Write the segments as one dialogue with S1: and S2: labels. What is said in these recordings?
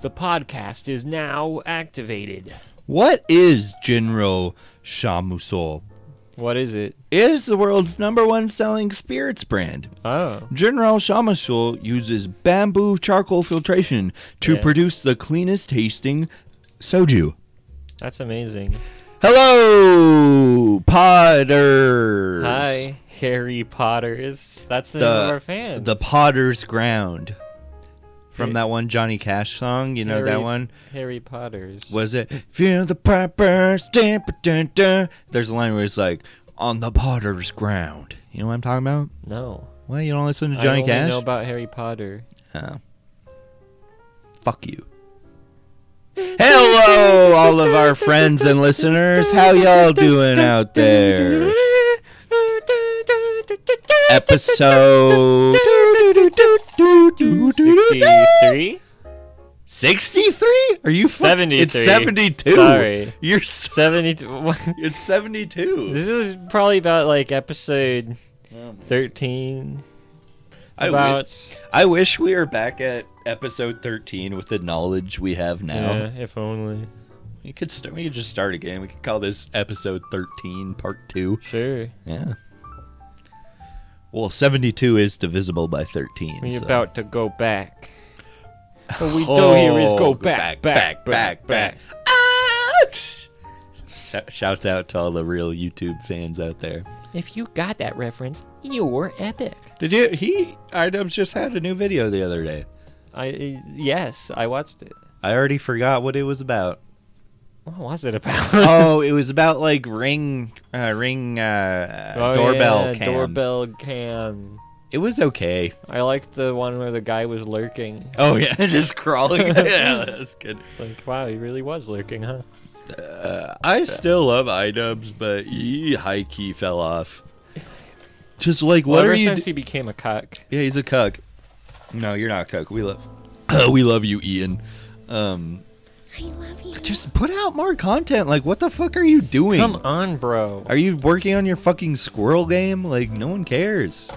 S1: The podcast is now activated.
S2: What is Jinro Shamuso?
S1: What is it?
S2: It is the world's number one selling spirits brand.
S1: Oh.
S2: Jinro Shamuso uses bamboo charcoal filtration to
S1: Yeah.
S2: produce the cleanest tasting soju.
S1: That's amazing.
S2: Hello, Potters.
S1: Hi, Harry Potter is that's the, name of our
S2: The,
S1: fans.
S2: the Potter's Ground. From
S1: Hey.
S2: that one Johnny Cash song, you know that
S1: Harry-
S2: one?
S1: Harry Potters.
S2: was it feel the proper dun, dun, dun. there's a line where it's like on the potter's ground you know what i'm talking about
S1: No.
S2: well you don't listen to
S1: I
S2: johnny
S1: only
S2: cash
S1: know about Harry Potter.
S2: oh. fuck you hello all of our friends and listeners how y'all doing out there episode
S1: 63?
S2: 63 are you fuck- it's
S1: 73.
S2: 72
S1: Sorry.
S2: you're so-
S1: 72. what?
S2: it's 72
S1: this is probably about like episode
S2: Oh.
S1: 13.
S2: I wi-
S1: about
S2: I wish we were back at episode 13 with the knowledge we have now.
S1: Yeah, if only.
S2: We could start, we could just start again. We could call this episode 13 part 2.
S1: Sure.
S2: Yeah. Well, 72 is divisible by 13.
S1: We're
S2: so-
S1: about to go back. What we do here is
S2: Oh,
S1: go back, back, back, back.
S2: Ouch! Sh- Shouts out to all the real YouTube fans out there.
S1: If you got that reference, you were epic.
S2: Did you? He iDubbbz just had a new video the other day.
S1: I eh, yes, I watched it.
S2: I already forgot what it was about.
S1: What was it about?
S2: oh, it was about like ring, uh, ring, uh,
S1: Oh,
S2: doorbell
S1: yeah,
S2: cams.
S1: Doorbell cam.
S2: It was okay.
S1: I liked the one where the guy was lurking.
S2: Oh yeah, just crawling. yeah, that's good.
S1: Like, wow, he really was lurking, huh?
S2: I still love iDubbbz, but he high key fell off. Just like
S1: Well,
S2: what
S1: ever
S2: are you?
S1: since
S2: d-
S1: he became a cock.
S2: yeah, he's a cuck. No, you're not a cuck. We love, we love you, Ian. Um,
S3: I love you.
S2: just put out more content. Like, what the fuck are you doing?
S1: Come on, bro.
S2: Are you working on your fucking squirrel game? Like, no one cares.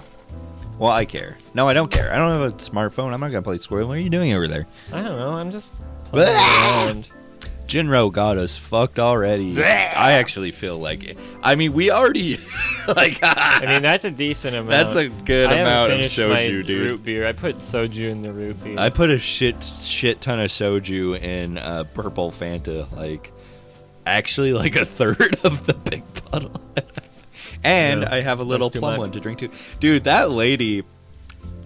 S2: Well, I care. No, I don't care. I don't have a smartphone. I'm not gonna play squirrel. What are you doing over there?
S1: I don't know. I'm just playing around.
S2: Jinro got us fucked already. I actually feel like it. I mean, we already like.
S1: I mean, that's a decent amount.
S2: that's a good
S1: I haven't
S2: amount of
S1: finished my
S2: soju, dude.
S1: Root beer. I put soju in the root beer.
S2: I put a shit shit ton of soju in uh, purple Fanta, like actually like a third of the big bottle. and
S1: Yeah,
S2: I have a
S1: that's
S2: little
S1: too
S2: plum
S1: much.
S2: one to drink too. Dude, that lady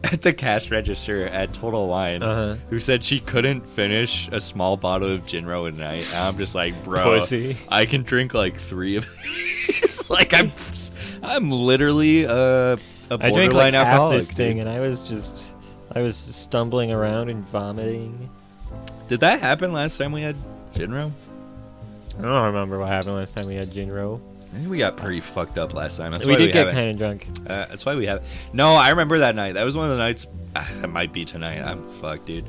S2: at the cash register at Total Wine
S1: Uh-huh.
S2: who said she couldn't finish a small bottle of Jinro a night. And I'm just like, bro,
S1: Pussy.
S2: I can drink like three of these. like I'm, I'm literally a, a
S1: I
S2: borderline
S1: drank like half
S2: alcoholic.
S1: this thing,
S2: dude.
S1: and I was just, I was stumbling around and vomiting.
S2: Did that happen last time we had Jinro?
S1: I don't remember what happened last time we had Jinro.
S2: I think we got pretty fucked up last time. That's
S1: we
S2: why
S1: did
S2: we
S1: get
S2: haven't-
S1: kind of drunk.
S2: Uh, that's why we have. No, I remember that night. That was one of the nights. Ah, that might be tonight. I'm fucked, dude.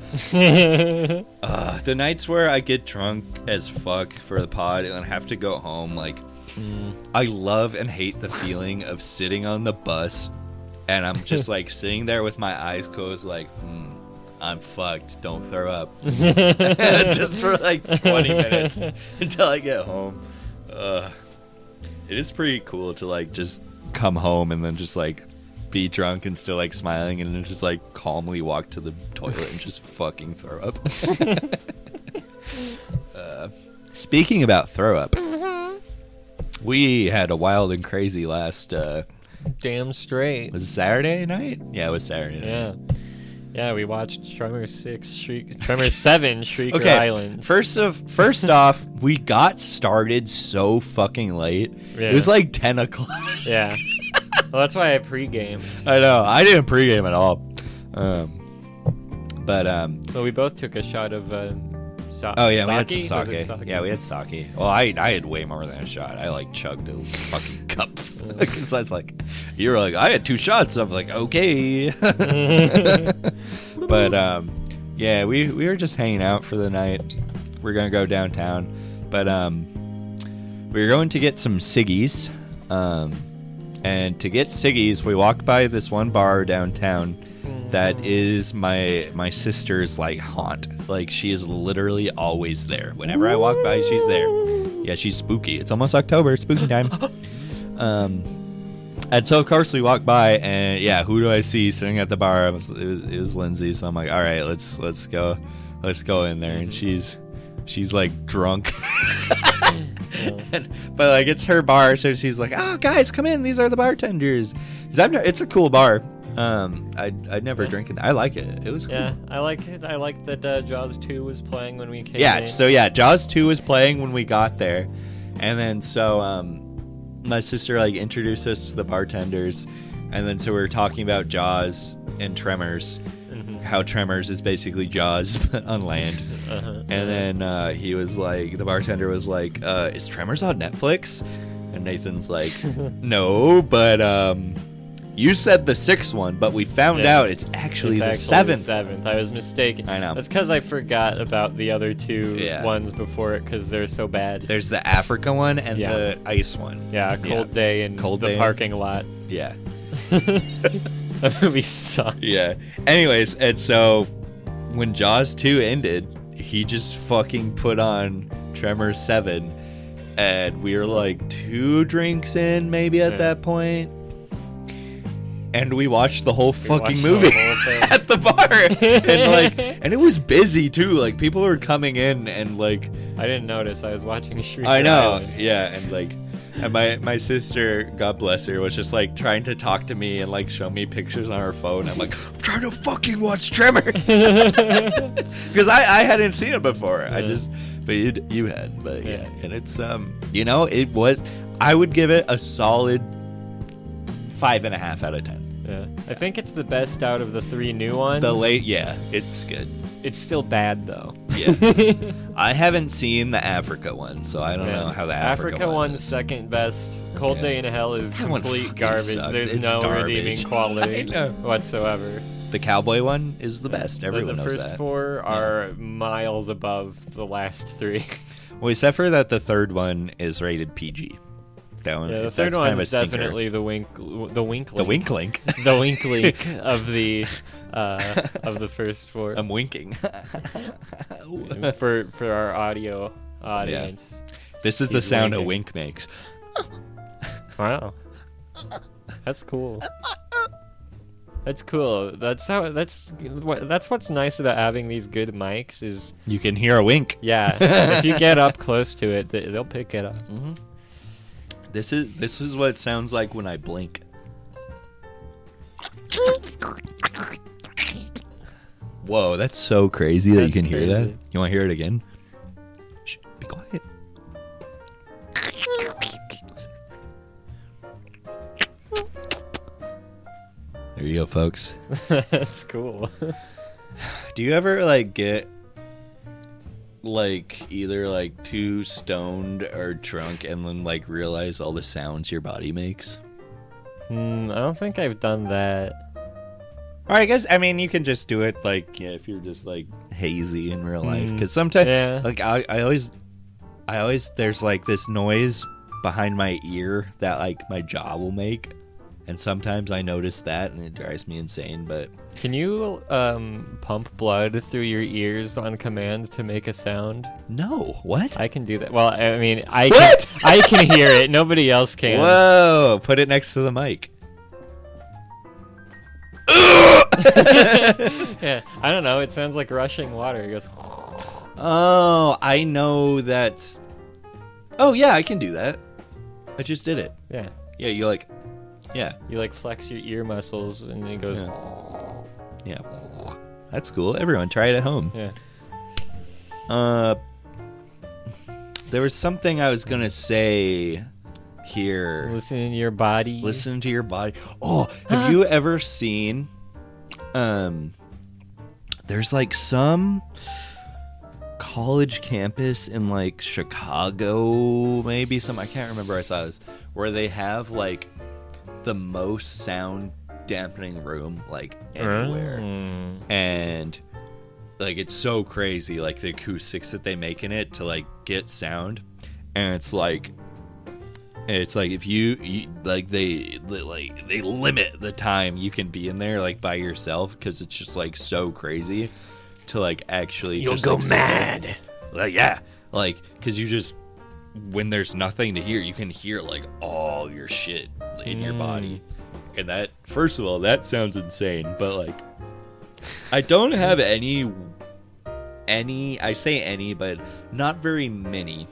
S2: Uh, the nights where I get drunk as fuck for the pod and have to go home. Like,
S1: Mm.
S2: I love and hate the feeling of sitting on the bus, and I'm just like sitting there with my eyes closed, like, hmm, I'm fucked. Don't throw up. just for like 20 minutes until I get home. Uh, it is pretty cool to like just come home and then just like be drunk and still like smiling and then just like calmly walk to the toilet and just fucking throw up. uh, speaking about throw up,
S1: Mm-hmm.
S2: we had a wild and crazy last. Uh,
S1: Damn straight.
S2: was it Saturday night? Yeah, it was Saturday night.
S1: Yeah, yeah. We watched Tremor Six, Shriek, Tremor Seven, Shrieker Island.
S2: First of first off, we got started so fucking late.
S1: Yeah.
S2: It was like ten o'clock.
S1: Yeah. Well, that's why I pregame.
S2: I know. I didn't pregame at all. Um, but um,
S1: But we both took a shot of. Uh, sa-
S2: oh yeah, we had
S1: sake?
S2: some
S1: Was
S2: sake.
S1: it sake.
S2: Yeah, we had sake. Well, I I had way more than a shot. I like chugged a fucking cup because I was like, you were like, I had two shots. I'm like, okay. but um, yeah, we we were just hanging out for the night. We're gonna go downtown, but um, we were going to get some ciggies. Um, and to get ciggies, we walked by this one bar downtown that is my my sister's like haunt. Like she is literally always there. Whenever I walk by, she's there. Yeah, she's spooky. It's almost October, it's spooky time. um and so of course we walk by and yeah, who do I see sitting at the bar? It was it was, it was Lindsay, so I'm like, all right, let's let's go, let's go in there. And she's she's like drunk. And- but like it's her bar, so she's like, "Oh, guys, come in. These are the bartenders." 'Cause I've ne- it's a cool bar. Um, I I never
S1: Yeah.
S2: drink it. I like it. It was cool.
S1: Yeah, I like it. I like that uh, Jaws 2 was playing when we came
S2: yeah
S1: in.
S2: so yeah jaws 2 was playing when we got there and then so um my sister like introduced us to the bartenders and then so we were talking about jaws and tremors
S1: Mm-hmm.
S2: how tremors is basically jaws but on land
S1: Uh-huh.
S2: and then uh, he was like, the bartender was like, uh, "Is Tremors on Netflix?" And Nathan's like, "No, but um, you said the sixth one, but we found
S1: Yeah.
S2: out it's actually
S1: It's
S2: the
S1: actually
S2: seventh.
S1: seventh. I was mistaken.
S2: I know.
S1: That's because I forgot about the other two
S2: Yeah.
S1: ones before it because they're so bad.
S2: There's the Africa one and
S1: Yeah.
S2: the ice one.
S1: yeah, Cold Day and
S2: Cold
S1: the
S2: Day.
S1: parking lot.
S2: Yeah.
S1: that movie sucks.
S2: Yeah. Anyways, and so when Jaws 2 ended, he just fucking put on Tremor 7. And we were like two drinks in, maybe at
S1: Yeah.
S2: that point. And we watched the whole fucking
S1: watched the
S2: movie
S1: whole thing.
S2: at the bar. and like and it was busy too. Like people were coming in and like
S1: I didn't notice. I was watching Shrek.
S2: I know.
S1: Island.
S2: Yeah, and like and my my sister, God bless her, was just like trying to talk to me and like show me pictures on her phone. I'm like, I'm trying to fucking watch Tremors because I I hadn't seen it before. I
S1: Yeah.
S2: just but you you had but yeah.
S1: Yeah.
S2: and it's um you know it was I would give it a solid five and a half out of ten.
S1: Yeah. I think it's the best out of the three new ones.
S2: The late yeah, it's good.
S1: It's still bad though.
S2: Yeah. I haven't seen the Africa one, so I don't
S1: Yeah.
S2: know how the Africa, one
S1: one's
S2: is.
S1: second best. Cold
S2: Okay.
S1: Day in Hell is
S2: That one
S1: complete
S2: fucking
S1: garbage.
S2: sucks.
S1: There's
S2: It's
S1: no
S2: garbage.
S1: redeeming
S2: I
S1: quality
S2: know.
S1: whatsoever.
S2: The cowboy one is the best.
S1: The-
S2: Everyone
S1: the
S2: knows
S1: first
S2: that.
S1: four are miles above the last three.
S2: Well, except for that, the third one is rated PG. That one,
S1: yeah, the
S2: that's
S1: third
S2: kind
S1: one
S2: of a
S1: is
S2: stinker.
S1: definitely the wink, the wink,
S2: the wink link.
S1: the wink link of the uh, of the first four.
S2: I'm winking.
S1: for for our audio audience.
S2: this is the
S1: He's
S2: sound a
S1: winking.
S2: wink makes.
S1: Wow. That's cool. That's cool. That's how that's what that's what's nice about having these good mics is
S2: You can hear a wink.
S1: yeah, if you get up close to it, they, they'll pick it up.
S2: This is this is what it sounds like when I blink. Whoa, that's so crazy that you
S1: That's
S2: can hear that.
S1: crazy.
S2: You want to hear it again? Shh, be quiet. There you go, folks.
S1: that's cool.
S2: Do you ever like get like either like too stoned or drunk and then like realize all the sounds your body makes?
S1: Hmm, I don't think I've done that.
S2: Or I guess I mean you can just do it like yeah, if you're just like hazy in real life
S1: Mm,
S2: because sometimes
S1: yeah.
S2: like I, I always I always there's like this noise behind my ear that like my jaw will make and sometimes I notice that and it drives me insane but
S1: Can you um, pump blood through your ears on command to make a sound?
S2: no what
S1: I can do that. Well, I mean, I
S2: What?
S1: can, I can hear it. Nobody else can.
S2: whoa put it next to the mic
S1: Yeah, I don't know. It sounds like rushing water. It goes.
S2: oh I know that's oh yeah I can do that I just did it
S1: Yeah,
S2: yeah you like yeah
S1: you like flex your ear muscles, and it goes.
S2: Yeah. yeah that's cool everyone try it at home
S1: Yeah.
S2: Uh, there was something I was gonna say here.
S1: Listen in your body.
S2: Listen to your body. Oh, have you ever seen? Um, there's like some college campus in like Chicago, maybe some. I can't remember. I saw this where they have like the most sound dampening room like anywhere
S1: Mm.
S2: and like it's so crazy like the acoustics that they make in it to like get sound and it's like It's like if you, you like they, they like they limit the time you can be in there like by yourself because it's just like so crazy to like actually
S1: You'll
S2: just,
S1: go
S2: like, sit there.
S1: mad.
S2: Like Uh, yeah, like because you just when there's nothing to hear, you can hear like all your shit in your body, and that first of all that sounds insane, but like I don't have any any I say any, but not very many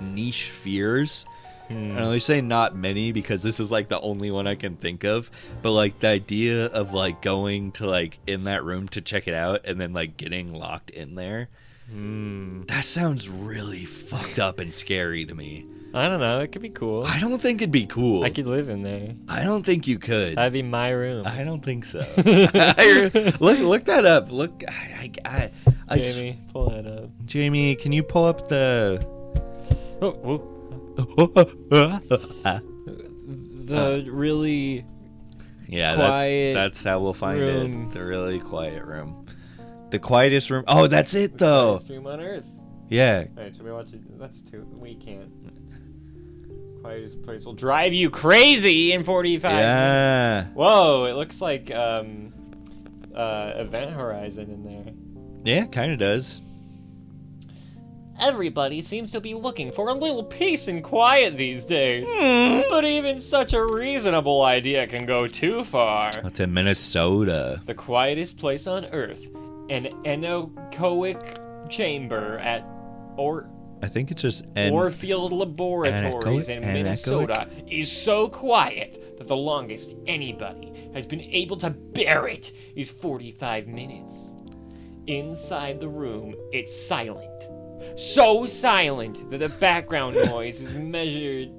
S2: niche fears. And I only say not many because this is like the only one I can think of. But like the idea of like going to like in that room to check it out and then like getting locked in there.
S1: Hmm.
S2: That sounds really fucked up and scary to me.
S1: I don't know. It could be cool.
S2: I don't think it'd be cool.
S1: I could live in there.
S2: I don't think you could.
S1: That'd be my room.
S2: I don't think so. look, look that up. Look, I, I, I, I s-
S1: Jamie, pull that up.
S2: Jamie, can you pull up the?
S1: Oh, oh, the
S2: Uh,
S1: really
S2: yeah,
S1: Quiet
S2: that's that's how we'll find
S1: room.
S2: it. The really quiet room, the quietest room. Oh, that's it though.
S1: stream on Earth.
S2: Yeah,
S1: All right, so we watch it. That's too. We can't. Quietest place will drive you crazy in 45. minutes.
S2: yeah,
S1: Whoa! It looks like um, uh, Event Horizon in there.
S2: yeah. Kind of does.
S1: Everybody seems to be looking for a little peace and quiet these days.
S2: Hmm.
S1: But even such a reasonable idea can go too far.
S2: It's in Minnesota.
S1: The quietest place on Earth, an anechoic chamber at or
S2: I think it's just N-
S1: Orfield Laboratories in
S2: anechoic-
S1: Minnesota, is so quiet that the longest anybody has been able to bear it is 45 minutes. Inside the room, it's silent. So silent that the background noise is measured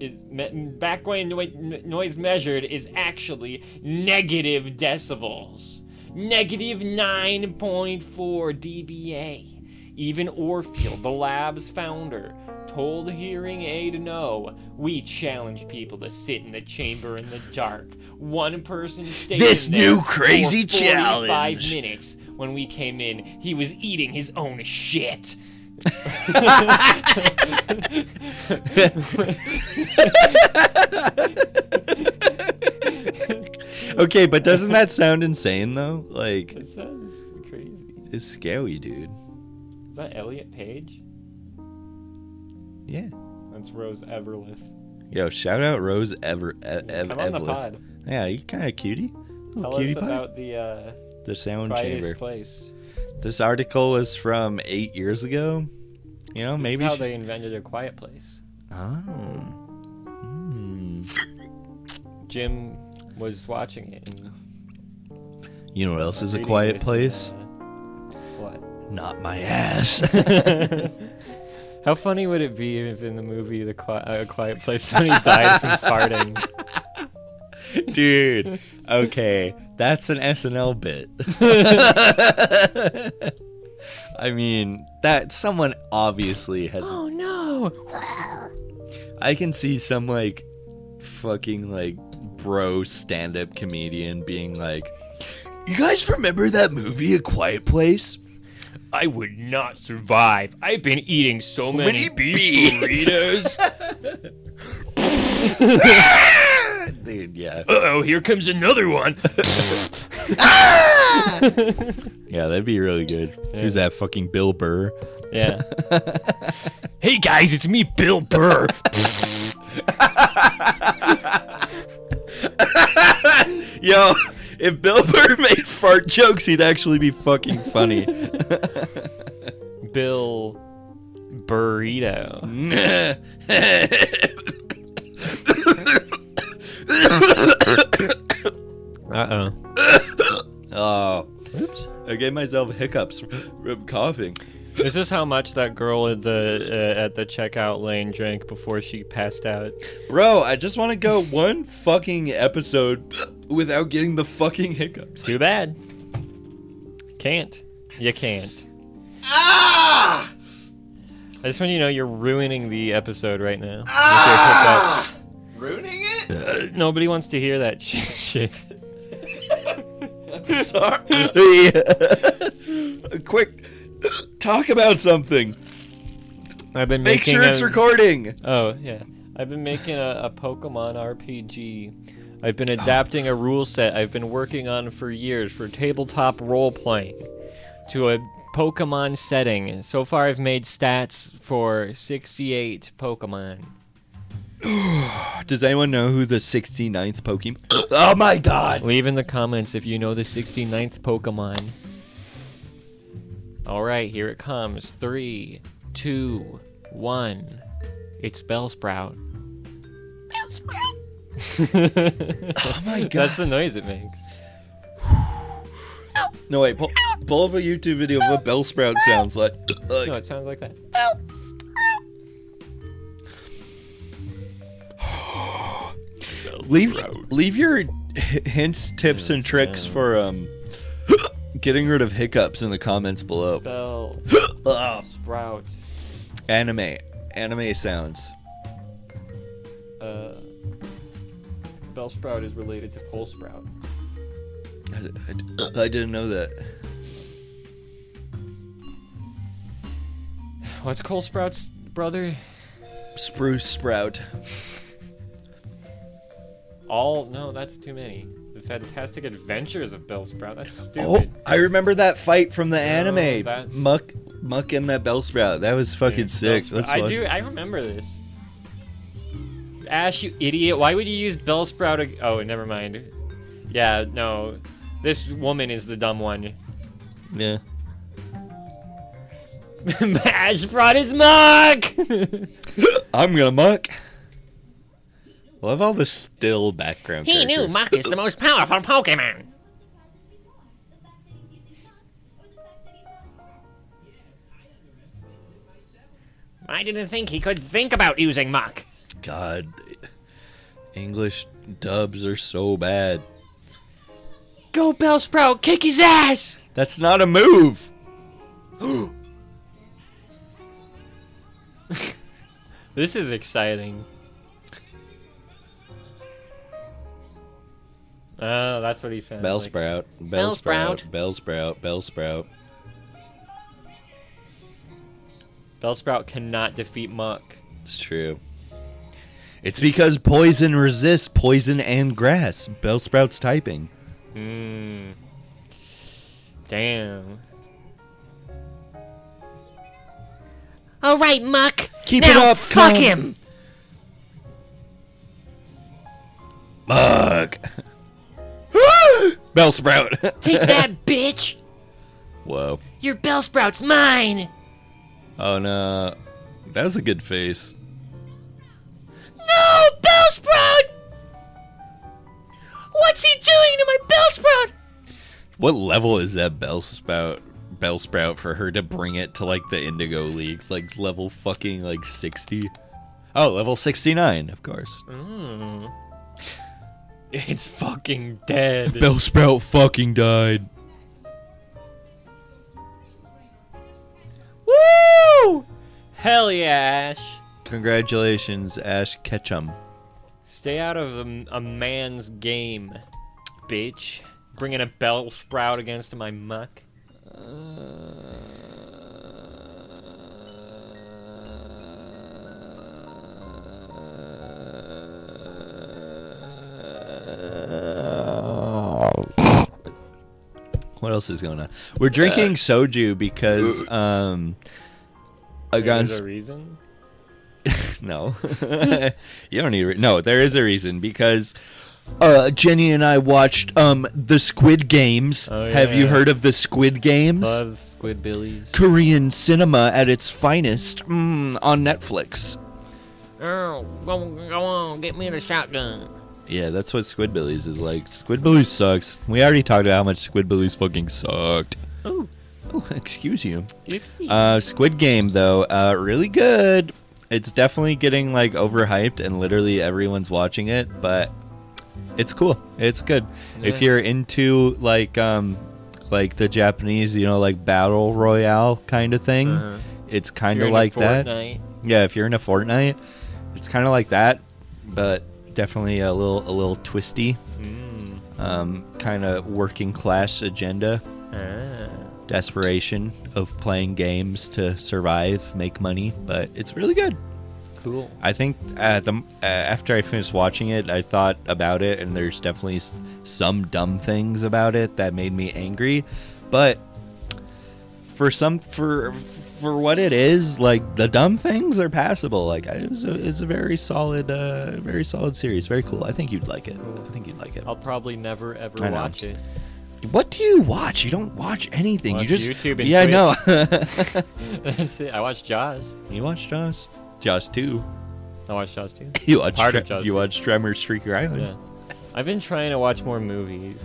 S1: is me- background noi- n- noise measured is actually negative decibels. Negative 9.4 dBA. Even Orfield, the lab's founder, told Hearing Aid No, we challenge people to sit in the chamber in the dark. One person stayed
S2: This
S1: in there
S2: new crazy
S1: for 45
S2: challenge.
S1: minutes. When we came in, he was eating his own shit.
S2: Okay, but doesn't that sound insane though? Like
S1: That sounds crazy.
S2: it's scary, dude.
S1: Is that Elliot Page?
S2: Yeah.
S1: That's Rose Everliff.
S2: Yo, shout out Rose Ever e- Ev-
S1: Come on the
S2: Evlith.
S1: pod.
S2: Yeah, you kind of cutie. Little
S1: Tell us
S2: cutie pie.
S1: about the uh,
S2: the sound
S1: quietest
S2: chamber.
S1: place.
S2: This article was from eight years ago. You know,
S1: Maybe
S2: maybe.
S1: this is how
S2: she-
S1: they invented a quiet place.
S2: Oh.
S1: Jim was watching it. And
S2: You know what else is a
S1: reading
S2: quiet
S1: this,
S2: place?
S1: uh, what?
S2: Not my ass.
S1: How funny would it be if in the movie the qui- uh, Quiet Place somebody died from farting?
S2: Dude, okay, that's an SNL bit. I mean, that someone obviously has.
S1: Oh no!
S2: I can see some like fucking like bro stand up comedian being like, You guys remember that movie, A Quiet Place?
S1: I would not survive. I've been eating so many,
S2: many
S1: beef
S2: beans?"
S1: burritos. uh
S2: Dude, yeah.
S1: oh, here comes another one.
S2: Yeah, that'd be really good. Who's that fucking Bill Burr?
S1: Yeah. hey guys, it's me, Bill Burr.
S2: Yo, if Bill Burr made fart jokes, he'd actually be fucking funny.
S1: Bill Burrito. Uh oh.
S2: oh. Oops. I gave myself hiccups from coughing.
S1: Is this how much that girl at the uh, at the checkout lane drank before she passed out?
S2: Bro, I just want to go one fucking episode without getting the fucking hiccups.
S1: Too bad. Can't. You can't.
S2: Ah!
S1: I just want you to know you're ruining the episode right now. with your
S2: Ah! Ruining it?
S1: hiccup. Uh, Nobody wants to hear that shit. shit.
S2: Sorry. Quick, talk about something.
S1: I've been
S2: Make
S1: making
S2: sure it's
S1: a-
S2: recording.
S1: Oh yeah. I've been making a, a Pokemon RPG. I've
S2: Oh.
S1: been adapting a rule set I've been working on for years for tabletop role playing to a Pokemon setting. So far, I've made stats for 68 Pokemon.
S2: Oh, Does anyone know who the 69th Pokemon? oh my god!
S1: Leave in the comments if you know the 69th Pokemon. All right, here it comes. Three, two, one. It's Bellsprout. Bellsprout.
S2: Oh my god!
S1: That's the noise it makes.
S2: No wait, pull, pull up a YouTube video of what Bellsprout sounds like.
S1: No, it sounds like that.
S2: leave leave your hints, tips, and tricks for um getting rid of hiccups in the comments below.
S1: Bell
S2: Ah,
S1: sprout.
S2: anime, anime sounds.
S1: Uh, bell sprout is related to pole sprout.
S2: I, I- I didn't know that.
S1: What's Cole Sprout's brother?
S2: Spruce sprout.
S1: All no, that's too many. The Fantastic Adventures of Bell Sprout. That's
S2: Oh,
S1: stupid.
S2: I remember that fight from the anime.
S1: that's-
S2: Muck, Muck, and that Bellsprout. That was fucking
S1: Dude,
S2: sick.
S1: Bellsprout-
S2: Let's
S1: I
S2: watch
S1: do.
S2: it.
S1: I remember this. Ash, you idiot! Why would you use Bell Sprout? Ag- oh, never mind. Yeah, no. This woman is the dumb one.
S2: Yeah.
S1: Ash brought his mug.
S2: I'm gonna muck. Love all the still background. characters.
S1: is the most powerful Pokemon. I didn't think he could think about using Mach.
S2: God, English dubs are so bad.
S1: Go, Bellsprout, kick his ass!
S2: That's not a move.
S1: This is exciting. Oh, that's what he said.
S2: Bellsprout. Bellsprout. Bellsprout. Bellsprout.
S1: Bellsprout cannot defeat Muck.
S2: It's true. It's because poison resists poison and grass. Bellsprout's typing.
S1: Mmm. Damn.
S4: All right, Muck.
S2: Keep
S4: now,
S2: it up.
S4: Fuck
S2: Colin.
S4: him.
S2: Muck. Bellsprout.
S4: Take that, bitch.
S2: Whoa.
S4: Your bell sprout's mine.
S2: Oh no. That was a good face.
S4: No, bell sprout. What's he doing to my bell sprout?
S2: What level is that Bellsprout? Bellsprout for her to bring it to like the Indigo League, like level fucking like sixty. Oh, level sixty nine, of course.
S1: Mm. It's fucking dead.
S2: Bellsprout fucking died.
S1: Woo! Hell yeah, Ash.
S2: Congratulations, Ash Ketchum.
S1: Stay out of a, a man's game, bitch. Bringing a bell sprout against my muck. Uh,
S2: What else is going on? We're
S1: Uh,
S2: drinking soju because um a
S1: There's
S2: gun's
S1: a reason.
S2: No. you don't need re- No, there is a reason because uh, Jenny and I watched um the Squid Games.
S1: Oh,
S2: Have you
S1: yeah.
S2: heard of the Squid Games?
S1: Love squid billies.
S2: Korean cinema at its finest mm, on Netflix.
S4: Oh, go, go on, get me the shotgun.
S2: Yeah, that's what Squidbillies is like. Squidbillies sucks. We already talked about how much Squidbillies fucking sucked.
S1: Ooh.
S2: Oh, excuse you.
S1: Oopsie.
S2: Uh, Squid Game though, uh, really good. It's definitely getting like overhyped, and literally everyone's watching it. But it's cool. It's good. If you're into like um, like the Japanese, you know, like battle royale kind of thing,
S1: Uh-huh.
S2: it's kind of like that. Yeah, if you're into Fortnite, it's kind of like that, but definitely a little a little twisty.
S1: Mm.
S2: Um, kind of working class agenda
S1: Ah,
S2: desperation of playing games to survive, make money, but it's really good.
S1: cool.
S2: I think uh, the, uh, after I finished watching it, I thought about it, and there's definitely s- some dumb things about it that made me angry. But for some, for for what it is, like the dumb things are passable. Like I- it's a, it's a very solid, uh, very solid series. Very cool. I think you'd like it. I think you'd like it.
S1: I'll probably never
S2: I
S1: ever
S2: know.
S1: watch it.
S2: What do you watch? You don't watch anything.
S1: Watch
S2: you just
S1: YouTube and
S2: yeah, I
S1: That's it. I watched Jaws.
S2: know. you watch Jaws, Jaws two.
S1: I watched Jaws too.
S2: You watch
S1: Part
S2: Tre-
S1: of Jaws
S2: you
S1: two.
S2: watch Tremor Streaker Island.
S1: Yeah. I've been trying to watch more movies.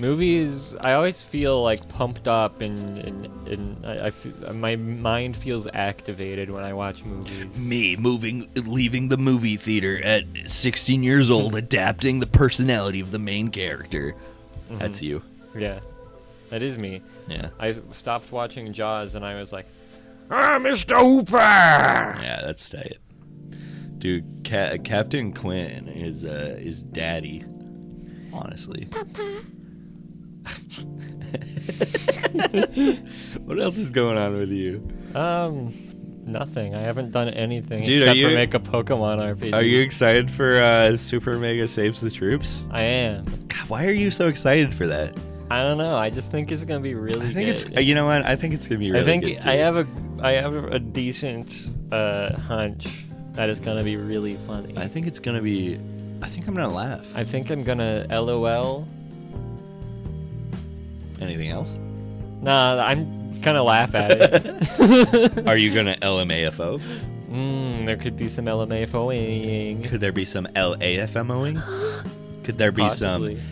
S1: Movies, I always feel like pumped up and, and, and I, I f- my mind feels activated when I watch movies.
S2: Me moving, leaving the movie theater at 16 years old, adapting the personality of the main character.
S1: Mm-hmm.
S2: That's you.
S1: Yeah. That is me.
S2: Yeah.
S1: I stopped watching Jaws and I was like,
S4: Ah, Mr. Hooper!
S2: Yeah, that's it. Dude, Ca- Captain Quinn is uh, is daddy. Honestly. what else is going on with you?
S1: um, nothing. I haven't done anything
S2: Dude, are
S1: except for
S2: you-
S1: make a Pokemon RPG.
S2: Are you excited for uh, Super Mega Saves the Troops?
S1: I am.
S2: God, why are you so excited for that?
S1: I don't know. I just think it's gonna be really.
S2: I think
S1: good.
S2: it's you know what? I think it's gonna be really
S1: I think
S2: good, too.
S1: I have a I have a decent uh, hunch that it's gonna be really funny.
S2: I think it's gonna be. I think I'm gonna laugh.
S1: I think I'm gonna LOL.
S2: Anything else?
S1: Nah, I'm gonna laugh at it.
S2: Are you gonna LMAFO?
S1: mm, there could be some LMAFOing.
S2: Could there be some LAFMOing? Could there be
S1: Possibly.
S2: some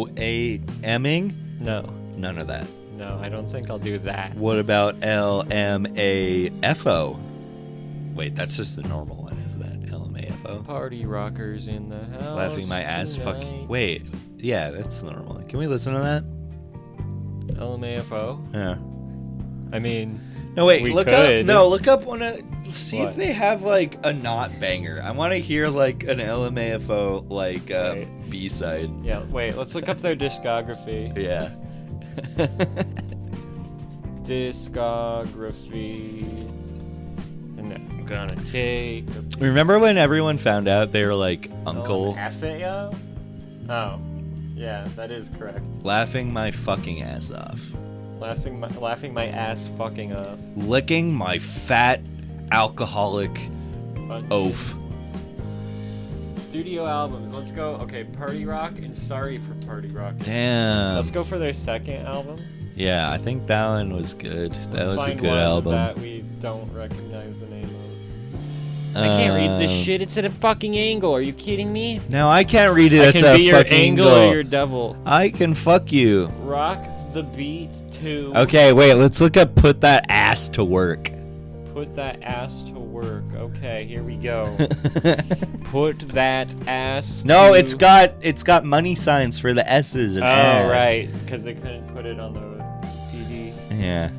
S2: LFOAMing?
S1: No,
S2: None of that.
S1: no, I don't think I'll do that.
S2: What about LMAFO? Wait, that's just the normal one, isn't that LMAFO?
S1: Party rockers in the house.
S2: Laughing my ass fucking.
S1: tonight.
S2: Wait, yeah, that's normal. Can we listen to that?
S1: LMAFO.
S2: Yeah.
S1: I mean,
S2: No wait,
S1: We
S2: look
S1: could.
S2: up. No, look up one. of- See
S1: What?
S2: if they have like a not banger. I want to hear like an LMAFO like um,
S1: Right.
S2: B side.
S1: yeah. Wait, let's look up their discography.
S2: Yeah.
S1: Discography. And I'm gonna take a
S2: Remember when everyone found out they were like
S3: Oh,
S2: Uncle
S1: FAO? Oh, yeah, that is correct.
S2: laughing my fucking ass off,
S1: Laughing my, laughing my ass fucking off.
S2: licking my fat alcoholic
S1: But
S2: oaf.
S1: Studio albums. Let's go. Okay, Party Rock and Sorry for Party Rock.
S2: Damn.
S1: Let's go for their second album.
S2: Yeah, I think that one was good. That
S1: Let's
S2: was a
S1: find
S2: good
S1: one
S2: album.
S1: That we don't recognize the name of.
S3: I can't read this
S2: Um,
S3: shit. It's at a fucking angle. Are you kidding me?
S2: No, I can't read it.
S3: I
S2: That's
S3: can
S2: a
S3: be your
S2: fucking
S3: angle
S2: goal.
S3: or your devil.
S2: I can fuck you.
S1: Rock the Beat 2.
S2: Okay, wait, let's look up put that ass to work.
S1: Put that ass to work. Okay, here we go. Put that ass.
S2: no,
S1: to-
S2: it's got it's got money signs for the S's and
S1: Oh
S2: ass.
S1: right, because they couldn't put it on the CD
S2: Yeah.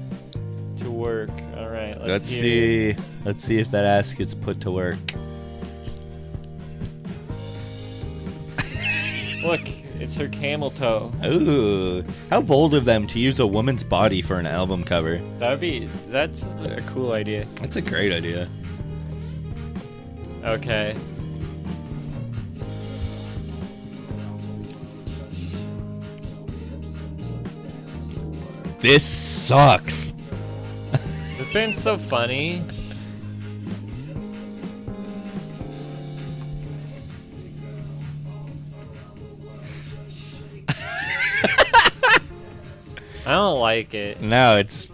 S1: to work. All right, let's,
S2: Let's,
S1: hear
S2: see let's see if that ass gets put to work.
S1: it. Look, it's her camel toe.
S2: Ooh. How bold of them to use a woman's body for an album cover.
S1: That would be. That's a cool idea.
S2: That's a great idea.
S1: Okay.
S2: This sucks.
S1: It's been so funny. I don't like it.
S2: No, it's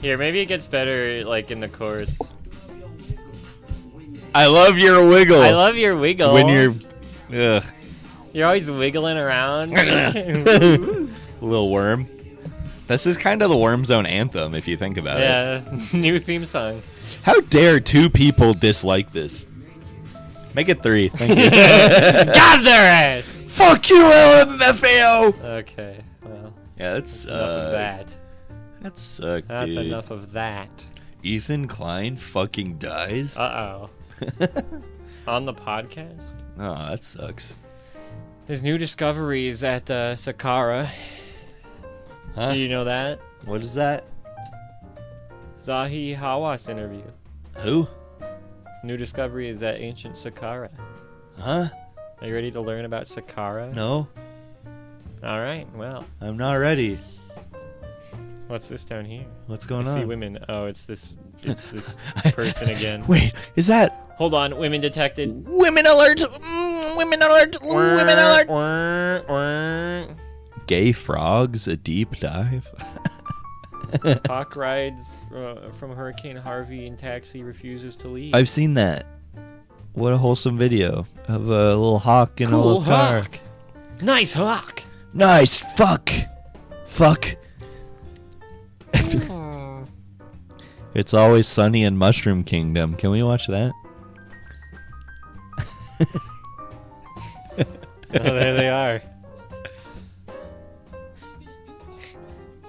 S1: Here, maybe it gets better like in the chorus.
S2: I love your wiggle.
S1: I love your wiggle.
S2: Oh. when you're ugh.
S1: You're always wiggling around.
S2: Little worm. This is kind of the worm zone anthem if you think about it.
S1: yeah, new theme song.
S2: How dare two people dislike this? Make it three. Thank you.
S1: God, their ass.
S2: Fuck you, LMFAO.
S1: Okay, well,
S2: Yeah, that's uh,
S1: enough of that.
S2: That sucked,
S1: That's
S2: dude.
S1: enough of that.
S2: Ethan Klein fucking dies.
S1: Uh oh. On the podcast,
S2: oh, that sucks.
S1: there's new discoveries at uh, Sakara.
S2: Huh?
S1: Do you know that
S2: What is that?
S1: Zahi Hawass interview?
S2: Who?
S1: New discovery is at ancient Saqqara.
S2: Huh?
S1: Are you ready to learn about Saqqara?
S2: No,
S1: All right. Well,
S2: I'm not ready.
S1: what's this down here?
S2: What's
S1: I
S2: going
S1: see
S2: on?
S1: women. Oh, it's this. It's this person again.
S2: Wait, is that
S1: Hold on. Women detected.
S2: women alert? Mm, women alert! Women alert! Gay frogs, a deep dive.
S1: Hawk rides uh, from Hurricane Harvey in taxi refuses to leave.
S2: I've seen that. What a wholesome video of a little hawk in a
S1: Cool
S2: little car.
S1: hawk.
S3: Nice hawk.
S2: Nice. Fuck. Fuck.
S1: Hmm.
S2: it's always sunny in Mushroom Kingdom. Can we watch that?
S1: oh, there they are.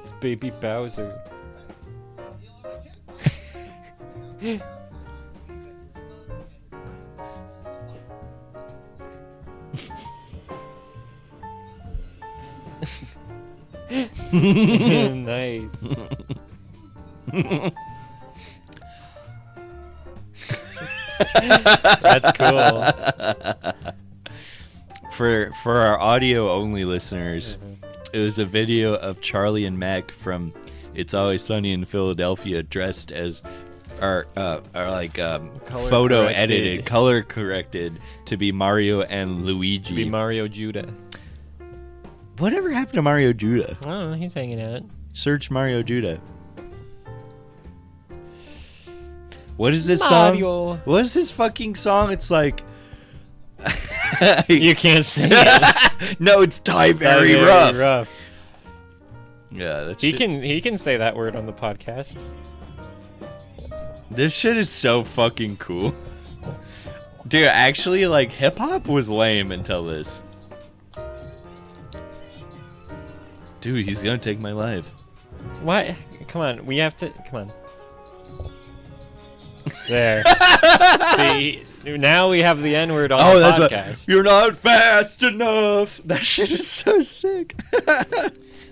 S1: It's baby Bowser. nice. That's cool.
S2: For for our audio only listeners, it was a video of Charlie and Mac from It's Always Sunny in Philadelphia dressed as are uh, are like um,
S1: Color
S2: photo
S1: corrected.
S2: edited, color corrected to be Mario and Luigi.
S1: Be Mario Judah.
S2: Whatever happened to Mario Judah?
S1: Oh, he's hanging out.
S2: Search Mario Judah. What is this song?
S1: Mario.
S2: What is this fucking song? It's like.
S1: You can't sing it.
S2: no, it's Ty Very
S1: Very
S2: Rough. Yeah, that
S1: He
S2: shit-
S1: can he can say that word on the podcast.
S2: This shit is so fucking cool. Dude, actually, like, hip hop was lame until this. Dude, he's gonna take my life.
S1: What? Come on, we have to come on. There. See, now we have the N word on
S2: Oh,
S1: the
S2: that's
S1: podcast.
S2: what. You're not fast enough. That shit is so sick.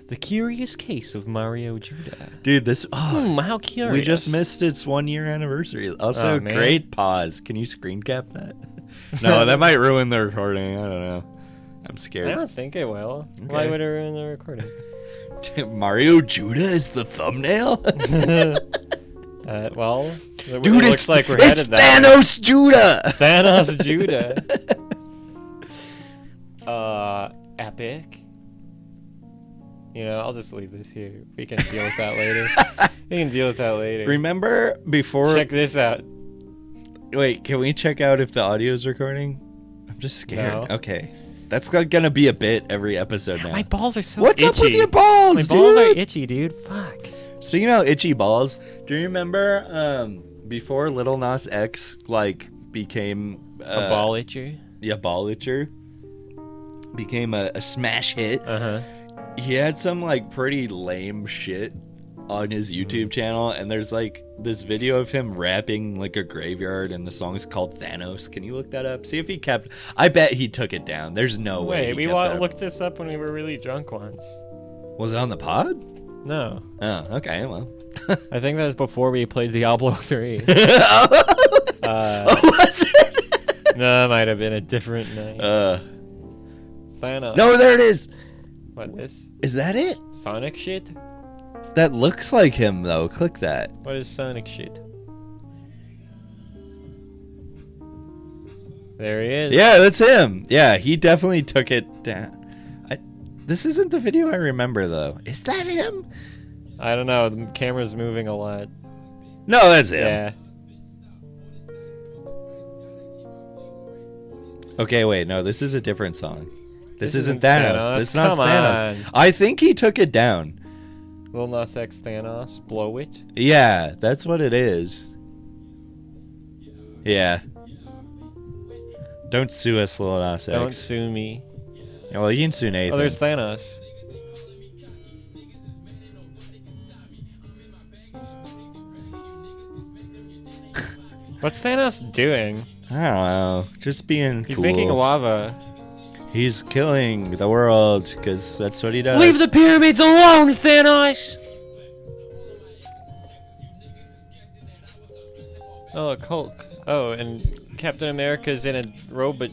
S1: The Curious Case of Mario Judah.
S2: Dude, this. Oh,
S1: Hmm, how curious.
S2: we just missed its one year anniversary. Also,
S1: Oh, man.
S2: great pause. Can you screen cap that? no, that might ruin the recording. I don't know. I'm
S1: I
S2: scared.
S1: don't think it will. Why
S2: Okay.
S1: would it ruin the recording?
S2: Mario Judah is the thumbnail?
S1: Uh, well, it, it
S2: Dude,
S1: looks
S2: it's,
S1: like we're
S2: it's
S1: headed that way.
S2: Thanos Judah.
S1: Thanos Judah. Uh, epic. You know, I'll just leave this here. We can deal with that later. We can deal with that later.
S2: Remember before?
S1: Check this out.
S2: Wait, can we check out if the audio is recording? I'm just scared.
S1: No.
S2: Okay, that's go- gonna be a bit every episode now.
S1: My balls are so
S2: What's up with
S1: itchy.
S2: your balls,
S1: My balls
S2: dude?
S1: are itchy, dude. Fuck.
S2: Speaking about itchy balls, do you remember um, before Little Nas X like became uh,
S1: a ball itcher.
S2: Yeah, ball itcher. Became a, a smash hit.
S1: Uh huh.
S2: he had some like pretty lame shit on his YouTube channel, and there's like this video of him rapping like a graveyard, and the song is called Thanos. Can you look that up? See if he kept. I bet he took it down. There's no way.
S1: Wait,
S2: he
S1: we
S2: kept
S1: wa-
S2: that up.
S1: looked this up when we were really drunk once.
S2: Was it on the pod?
S1: No,
S2: Oh, okay. Well,
S1: I think that was before we played Diablo three. uh,
S2: Oh, was it?
S1: no, that might have been a different night.
S2: Uh,
S1: Thanos.
S2: no, there it is.
S1: What this?
S2: Is that it?
S1: Sonic shit?
S2: That looks like him though. Click that.
S1: What is Sonic shit? There he is.
S2: Yeah, that's him. Yeah, he definitely took it down. I, this isn't the video I remember though. Is that him?
S1: I don't know. The camera's moving a lot.
S2: No, that's him.
S1: Yeah.
S2: Okay, wait, no, this is a different song. This,
S1: This
S2: isn't
S1: isn't
S2: Thanos.
S1: Thanos.
S2: This is not
S1: Come
S2: Thanos.
S1: on.
S2: I think he took it down.
S1: Lil Nas X Thanos. Blow it.
S2: Yeah, that's what it is. Yeah. Don't sue us, Lil Nas
S1: Don't
S2: X.
S1: sue me.
S2: Well, you can sue
S1: Oh,
S2: Nathan.
S1: there's Thanos. What's Thanos doing?
S2: I don't know. Just being
S1: He's
S2: cool.
S1: making lava.
S2: He's killing the world because that's what he does.
S4: Leave the pyramids alone, Thanos!
S1: Oh, look, Hulk. Oh, and Captain America's in a robot.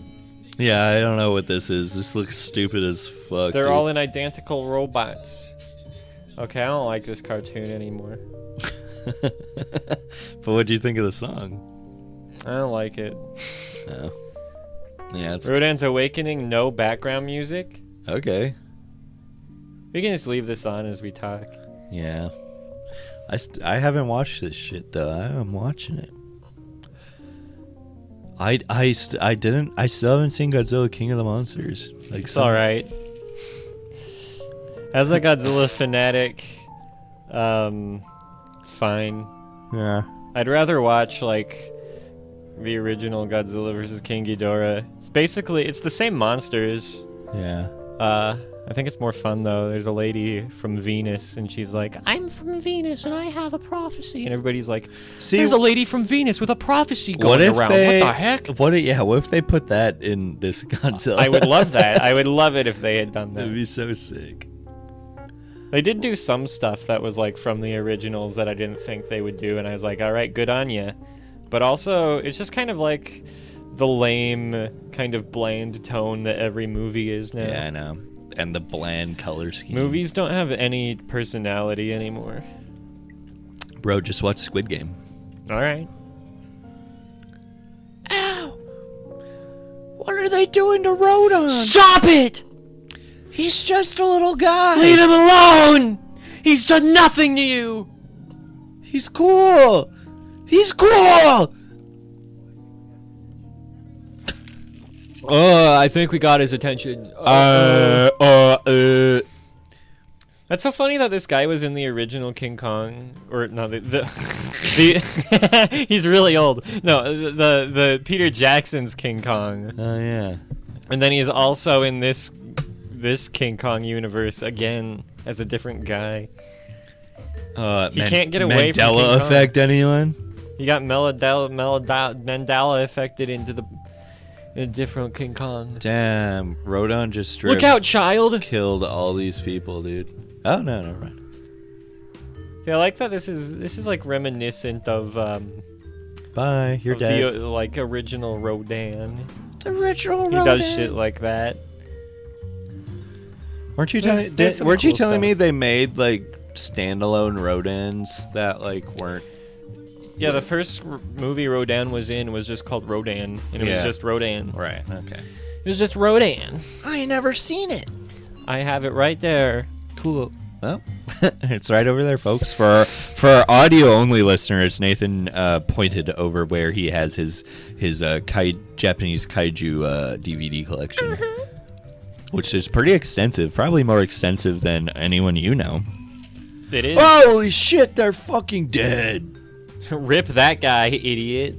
S2: Yeah, I don't know what this is. This looks stupid as fuck.
S1: They're all in identical robots. Okay, I don't like this cartoon anymore.
S2: but what do you think of the song?
S1: I don't like it.
S2: No. Yeah, it's
S1: Rodan's Awakening, no background music.
S2: okay.
S1: We can just leave this on as we talk.
S2: Yeah. I, st- I haven't watched this shit though. I am watching it. I I st- I didn't I still haven't seen Godzilla King of the Monsters. Like
S1: It's
S2: some-
S1: all right. As a Godzilla fanatic, um, it's fine.
S2: Yeah.
S1: I'd rather watch like the original Godzilla versus King Ghidorah. It's basically it's the same monsters.
S2: Yeah.
S1: Uh, I think it's more fun though. There's a lady from Venus, and she's like, "I'm from Venus, and I have a prophecy." And everybody's like,
S2: See,
S1: "There's a lady from Venus with a prophecy going
S2: what if
S1: around.
S2: they
S1: What the heck?"
S2: What if, yeah, what if they put that in this Godzilla?
S1: I would love that. I would love it if they had done
S2: That'd
S1: that.
S2: be so sick.
S1: They did do some stuff that was like from the originals that I didn't think they would do, and I was like, "All right, good on ya." But also, it's just kind of like the lame, kind of bland tone that every movie is now.
S2: Yeah. I know. And the bland color scheme.
S1: Movies don't have any personality anymore.
S2: Bro, just watch Squid Game.
S1: All right.
S2: What are they doing to Rodon?
S3: Stop it!
S2: He's just a little guy.
S3: Leave him alone! He's done nothing to you!
S2: He's cool. He's cool.
S1: Oh, I think we got his attention.
S2: Uh, uh, uh.
S1: That's so funny that this guy was in the original King Kong, or no, the the, the he's really old. No, the, the the Peter Jackson's King Kong,
S2: Oh yeah.
S1: and then he's also in this this King Kong universe again as a different guy.
S2: Uh,
S1: He can't get away from
S2: Mandela
S1: King Kong.
S2: effect, anyone?
S1: He got Melodel, Melodel, Mandela affected into the a different King Kong.
S2: Damn, Rodon just straight
S1: Look out, child!
S2: killed all these people, dude. Oh no, no, right.
S1: Yeah, I like that. This is this is like reminiscent of um,
S2: Bye, you're
S1: of
S2: dead.
S1: the uh, like original Rodan.
S2: the ritual
S1: He does shit like that.
S2: Weren't you
S1: There's- there's
S2: telling? did-
S1: some
S2: Weren't you
S1: cool
S2: telling
S1: stuff.
S2: me they made like standalone Rodans that like weren't?
S1: Yeah, the first r- movie Rodan was in was just called Rodan, and it
S2: Yeah.
S1: was just Rodan.
S2: Right. Okay.
S1: It was just Rodan.
S2: I never seen it.
S1: I have it right there.
S2: Cool. Well, it's right over there, folks. For our, for our audio only listeners, Nathan uh, pointed over where he has his his uh, kai, Japanese kaiju uh, DVD collection, which is pretty extensive. Probably more extensive than anyone you know.
S1: It is.
S3: Ah!
S2: Holy shit! They're fucking dead.
S1: Rip that guy, idiot.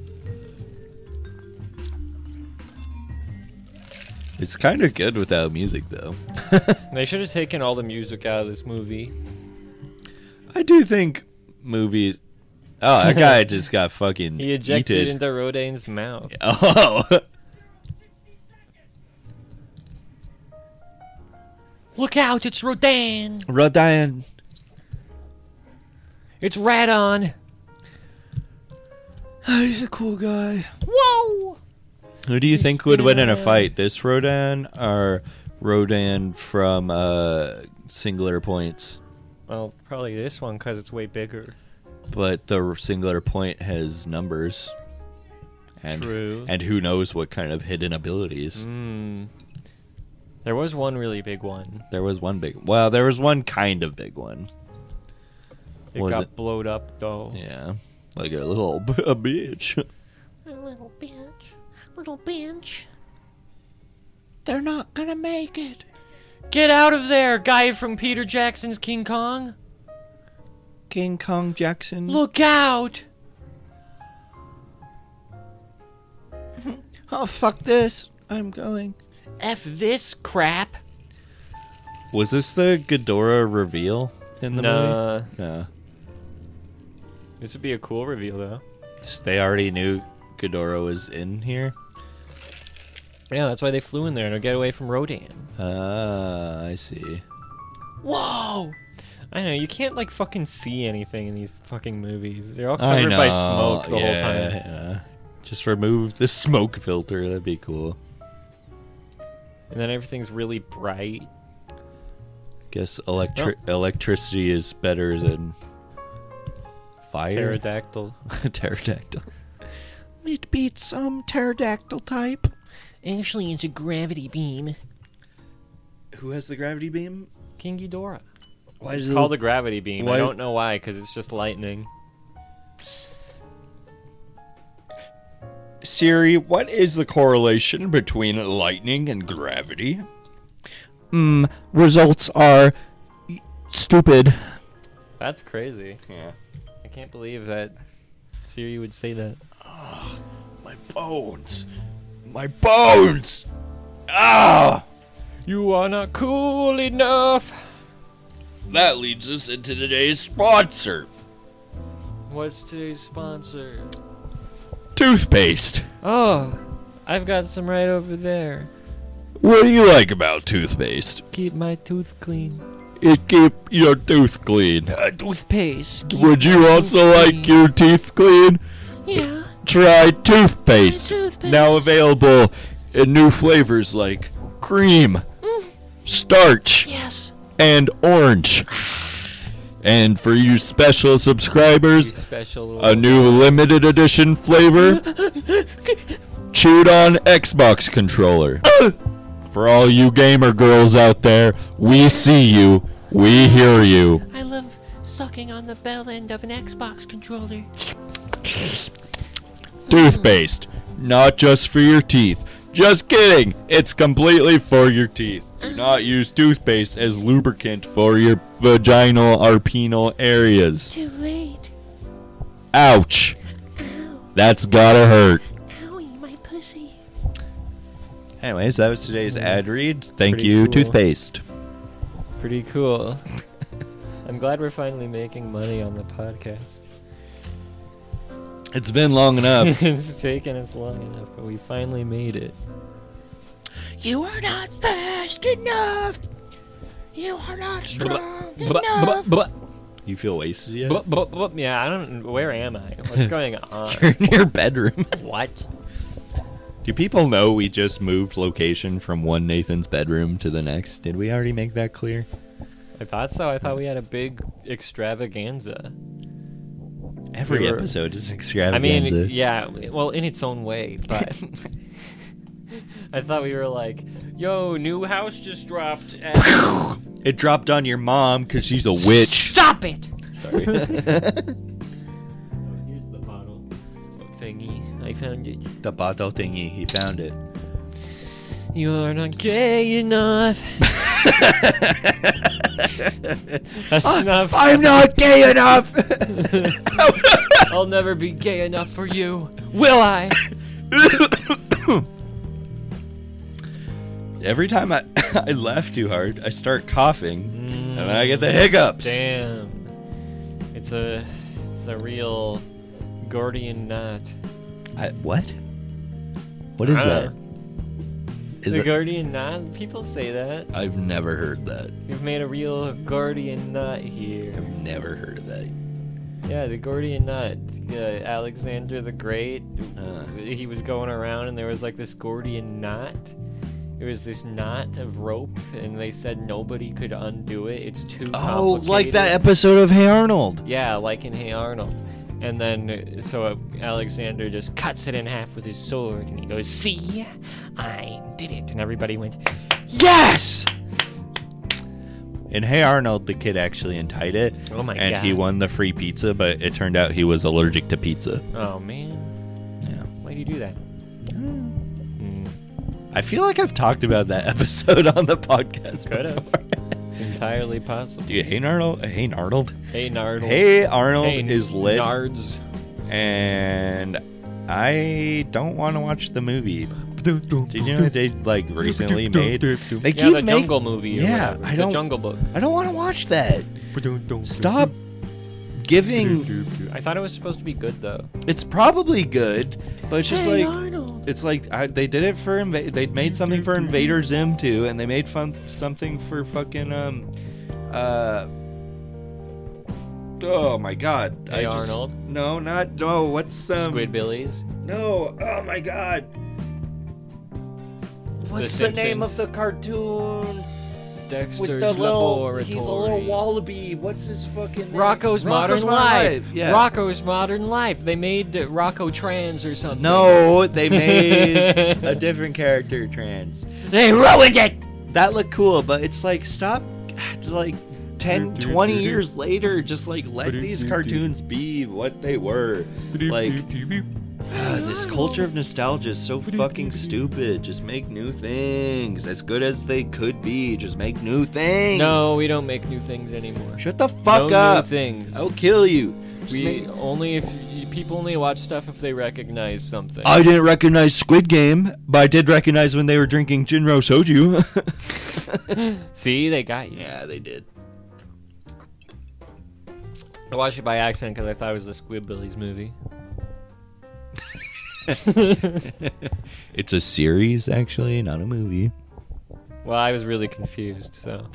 S2: It's kind of good without music, though.
S1: They should have taken all the music out of this movie.
S2: I do think movies. Oh, that guy just got fucking
S1: He ejected
S2: eated.
S1: into Rodan's mouth.
S2: oh.
S3: Look out, it's Rodan!
S2: Rodan.
S3: It's Radon!
S2: Oh, he's a cool guy.
S3: Whoa!
S2: Who do you think would win in a fight, this Rodan or Rodan from uh, Singular Points?
S1: Well, probably this one because it's way bigger.
S2: But the Singular Point has numbers, and
S1: True.
S2: and who knows what kind of hidden abilities?
S1: Hmm. There was one really big one.
S2: There was one big. Well, there was one kind of big one.
S1: It
S2: Was
S1: got
S2: it-
S1: blowed up though.
S2: Yeah, like a little b- a bitch.
S4: Little bitch. Little bitch.
S2: They're not gonna make it.
S3: Get out of there, guy from Peter Jackson's King Kong!
S2: King Kong Jackson.
S1: Hmm.
S3: Look out!
S2: Oh fuck this! I'm going.
S3: F this crap!
S2: Was this the Ghidorah reveal in the movie?
S1: Nah,
S2: No.
S1: this would be a cool reveal though.
S2: They already knew Ghidorah was in here.
S1: Yeah, that's why they flew in there to get away from Rodan.
S2: Ah, I see.
S3: Whoa!
S1: I don't know. You can't like fucking see anything in these fucking movies. They're all
S2: I
S1: covered
S2: know.
S1: by smoke the
S2: yeah,
S1: whole time.
S2: yeah. Just remove the smoke filter. That'd be cool.
S1: And then everything's really bright.
S2: Guess electri- electricity is better than fire.
S1: Pterodactyl.
S2: pterodactyl. It beats some pterodactyl type.
S4: Actually, it's a gravity beam.
S2: Who has the gravity beam?
S1: King Ghidorah.
S2: Why
S1: It's
S2: does it
S1: called a gravity beam.
S2: Why-
S1: I don't know why, because it's just lightning.
S2: Siri, what is the correlation between lightning and gravity? Hmm, results are stupid.
S1: That's crazy.
S2: Yeah.
S1: I can't believe that Siri would say that.
S2: My bones. My bones. Ah!
S1: You are not cool enough.
S2: That leads us into today's sponsor
S1: What's today's sponsor?
S2: toothpaste.
S1: Oh, I've got some right over there.
S2: What do you like about toothpaste?
S1: Keep my tooth clean.
S2: It keep your tooth clean.
S4: Toothpaste.
S2: Would you also like your teeth clean?
S4: Yeah.
S2: Try toothpaste.
S4: Toothpaste.
S2: Now available in new flavors like cream, starch,
S4: Yes.
S2: and orange. And for you special subscribers,
S1: Special.
S2: a new limited edition flavor chewed on Xbox controller. For all you gamer girls out there, we see you, we hear you.
S4: I love sucking on the bell end of an Xbox controller.
S2: Toothpaste, not just for your teeth. Just kidding, it's completely for your teeth. Do not use toothpaste as lubricant for your vaginal or penile areas.
S4: Too late.
S2: Ouch,
S4: Ow.
S2: that's gotta hurt.
S4: Owie, my pussy.
S2: Anyways, that was today's ad read. Thank
S1: Pretty
S2: you,
S1: cool.
S2: toothpaste.
S1: Pretty cool. I'm glad we're finally making money on the podcast.
S2: It's been long enough.
S1: it's taken us long enough, but we finally made it.
S4: You are not fast enough. You are not strong enough.
S1: But
S2: you feel wasted yet?
S1: yeah, I don't. Where am I? What's going on?
S2: You're in your bedroom.
S1: What?
S2: Do people know we just moved location from one Nathan's bedroom to the next? Did we already make that clear?
S1: I thought so. I thought we had a big extravaganza.
S2: Every
S1: We were-
S2: episode is
S1: I mean,
S2: extravaganza.
S1: yeah. Well, in its own way, but I thought we were like, yo, new house just dropped. at-"
S2: It dropped on your mom because she's a witch.
S4: Stop it.
S2: Sorry.
S1: Here's the bottle thingy. I found it.
S2: the bottle thingy, he found it.
S1: You are not gay enough. That's
S2: Ah,
S1: enough.
S2: I'm not gay enough!
S1: I'll never be gay enough for you. Will I?
S2: Every time I, I laugh too hard, I start coughing, and then I get the hiccups.
S1: Damn. It's a it's a real Gordian knot.
S2: I, what? What is
S1: Uh,
S2: that? Is
S1: the
S2: it,
S1: Gordian knot? People say that.
S2: I've never heard that.
S1: You've made a real Gordian knot here.
S2: I've never heard of that.
S1: Yeah, the Gordian knot. Uh, Alexander the Great.
S2: Uh.
S1: He was going around, and there was like this Gordian knot. It was this knot of rope, and they said nobody could undo it. It's too
S2: Oh, like that
S1: complicated.
S2: episode of Hey Arnold.
S1: Yeah, like in Hey Arnold. And then, uh, so uh, Alexander just cuts it in half with his sword, and he goes, See, I did it. And everybody went, Yes!
S2: In Hey Arnold, the kid actually untied it.
S1: Oh my
S2: and
S1: God.
S2: he won the free pizza, but it turned out he was allergic to pizza.
S1: Oh, man.
S2: Yeah.
S1: Why do you do that? Mm.
S2: I feel like I've talked about that episode on the podcast
S1: Could've.
S2: before.
S1: It's entirely possible.
S2: Dude, Hey Arnold. Hey Arnold.
S1: Hey, Nard.
S2: Hey Arnold
S1: Hey,
S2: is lit,
S1: Nards.
S2: and I don't want to watch the movie. Did you know they like recently made? They
S1: Yeah,
S2: keep
S1: the
S2: make-
S1: jungle movie. Or
S2: Yeah,
S1: whatever.
S2: I don't.
S1: The jungle book.
S2: I don't want to watch that. Stop giving.
S1: I thought it was supposed to be good, though.
S2: It's probably good, but it's just
S4: hey,
S2: like
S4: Arnold.
S2: it's like I, they did it for Inva- they made something for Invader Zim too, and they made fun something for fucking um uh Oh my god.
S1: Hey,
S2: just-
S1: Arnold.
S2: no, not no. What's um?
S1: Squidbillies.
S2: No. Oh my god. What's the,
S1: The
S2: name of
S1: Simpsons.
S2: the cartoon
S1: Dexter's
S2: with the little?
S1: Laboratory.
S2: He's a little wallaby. What's his fucking name?
S1: Rocco's, Modern, Life.
S2: Yeah.
S1: Rocco's Modern Life. They made uh, Rocco trans or something.
S2: no, they made a different character trans.
S1: They ruined it.
S2: That looked cool, but it's like stop like 10 20 years later just like let these cartoons be what they were. Like ah, this culture of nostalgia is so fucking stupid. Just make new things. As good as they could be, just make new things.
S1: No, we don't make new things anymore.
S2: Shut the fuck
S1: no
S2: up. Oh,
S1: new things.
S2: I'll kill you. Just
S1: we
S2: make-
S1: only if y people only watch stuff if they recognize something.
S2: I didn't recognize Squid Game, but I did recognize when they were drinking Jinro Soju.
S1: See, they got you.
S2: yeah, they did.
S1: I watched it by accident because I thought it was a Squidbillies movie.
S2: It's a series, actually, not a movie.
S1: Well, I was really confused. So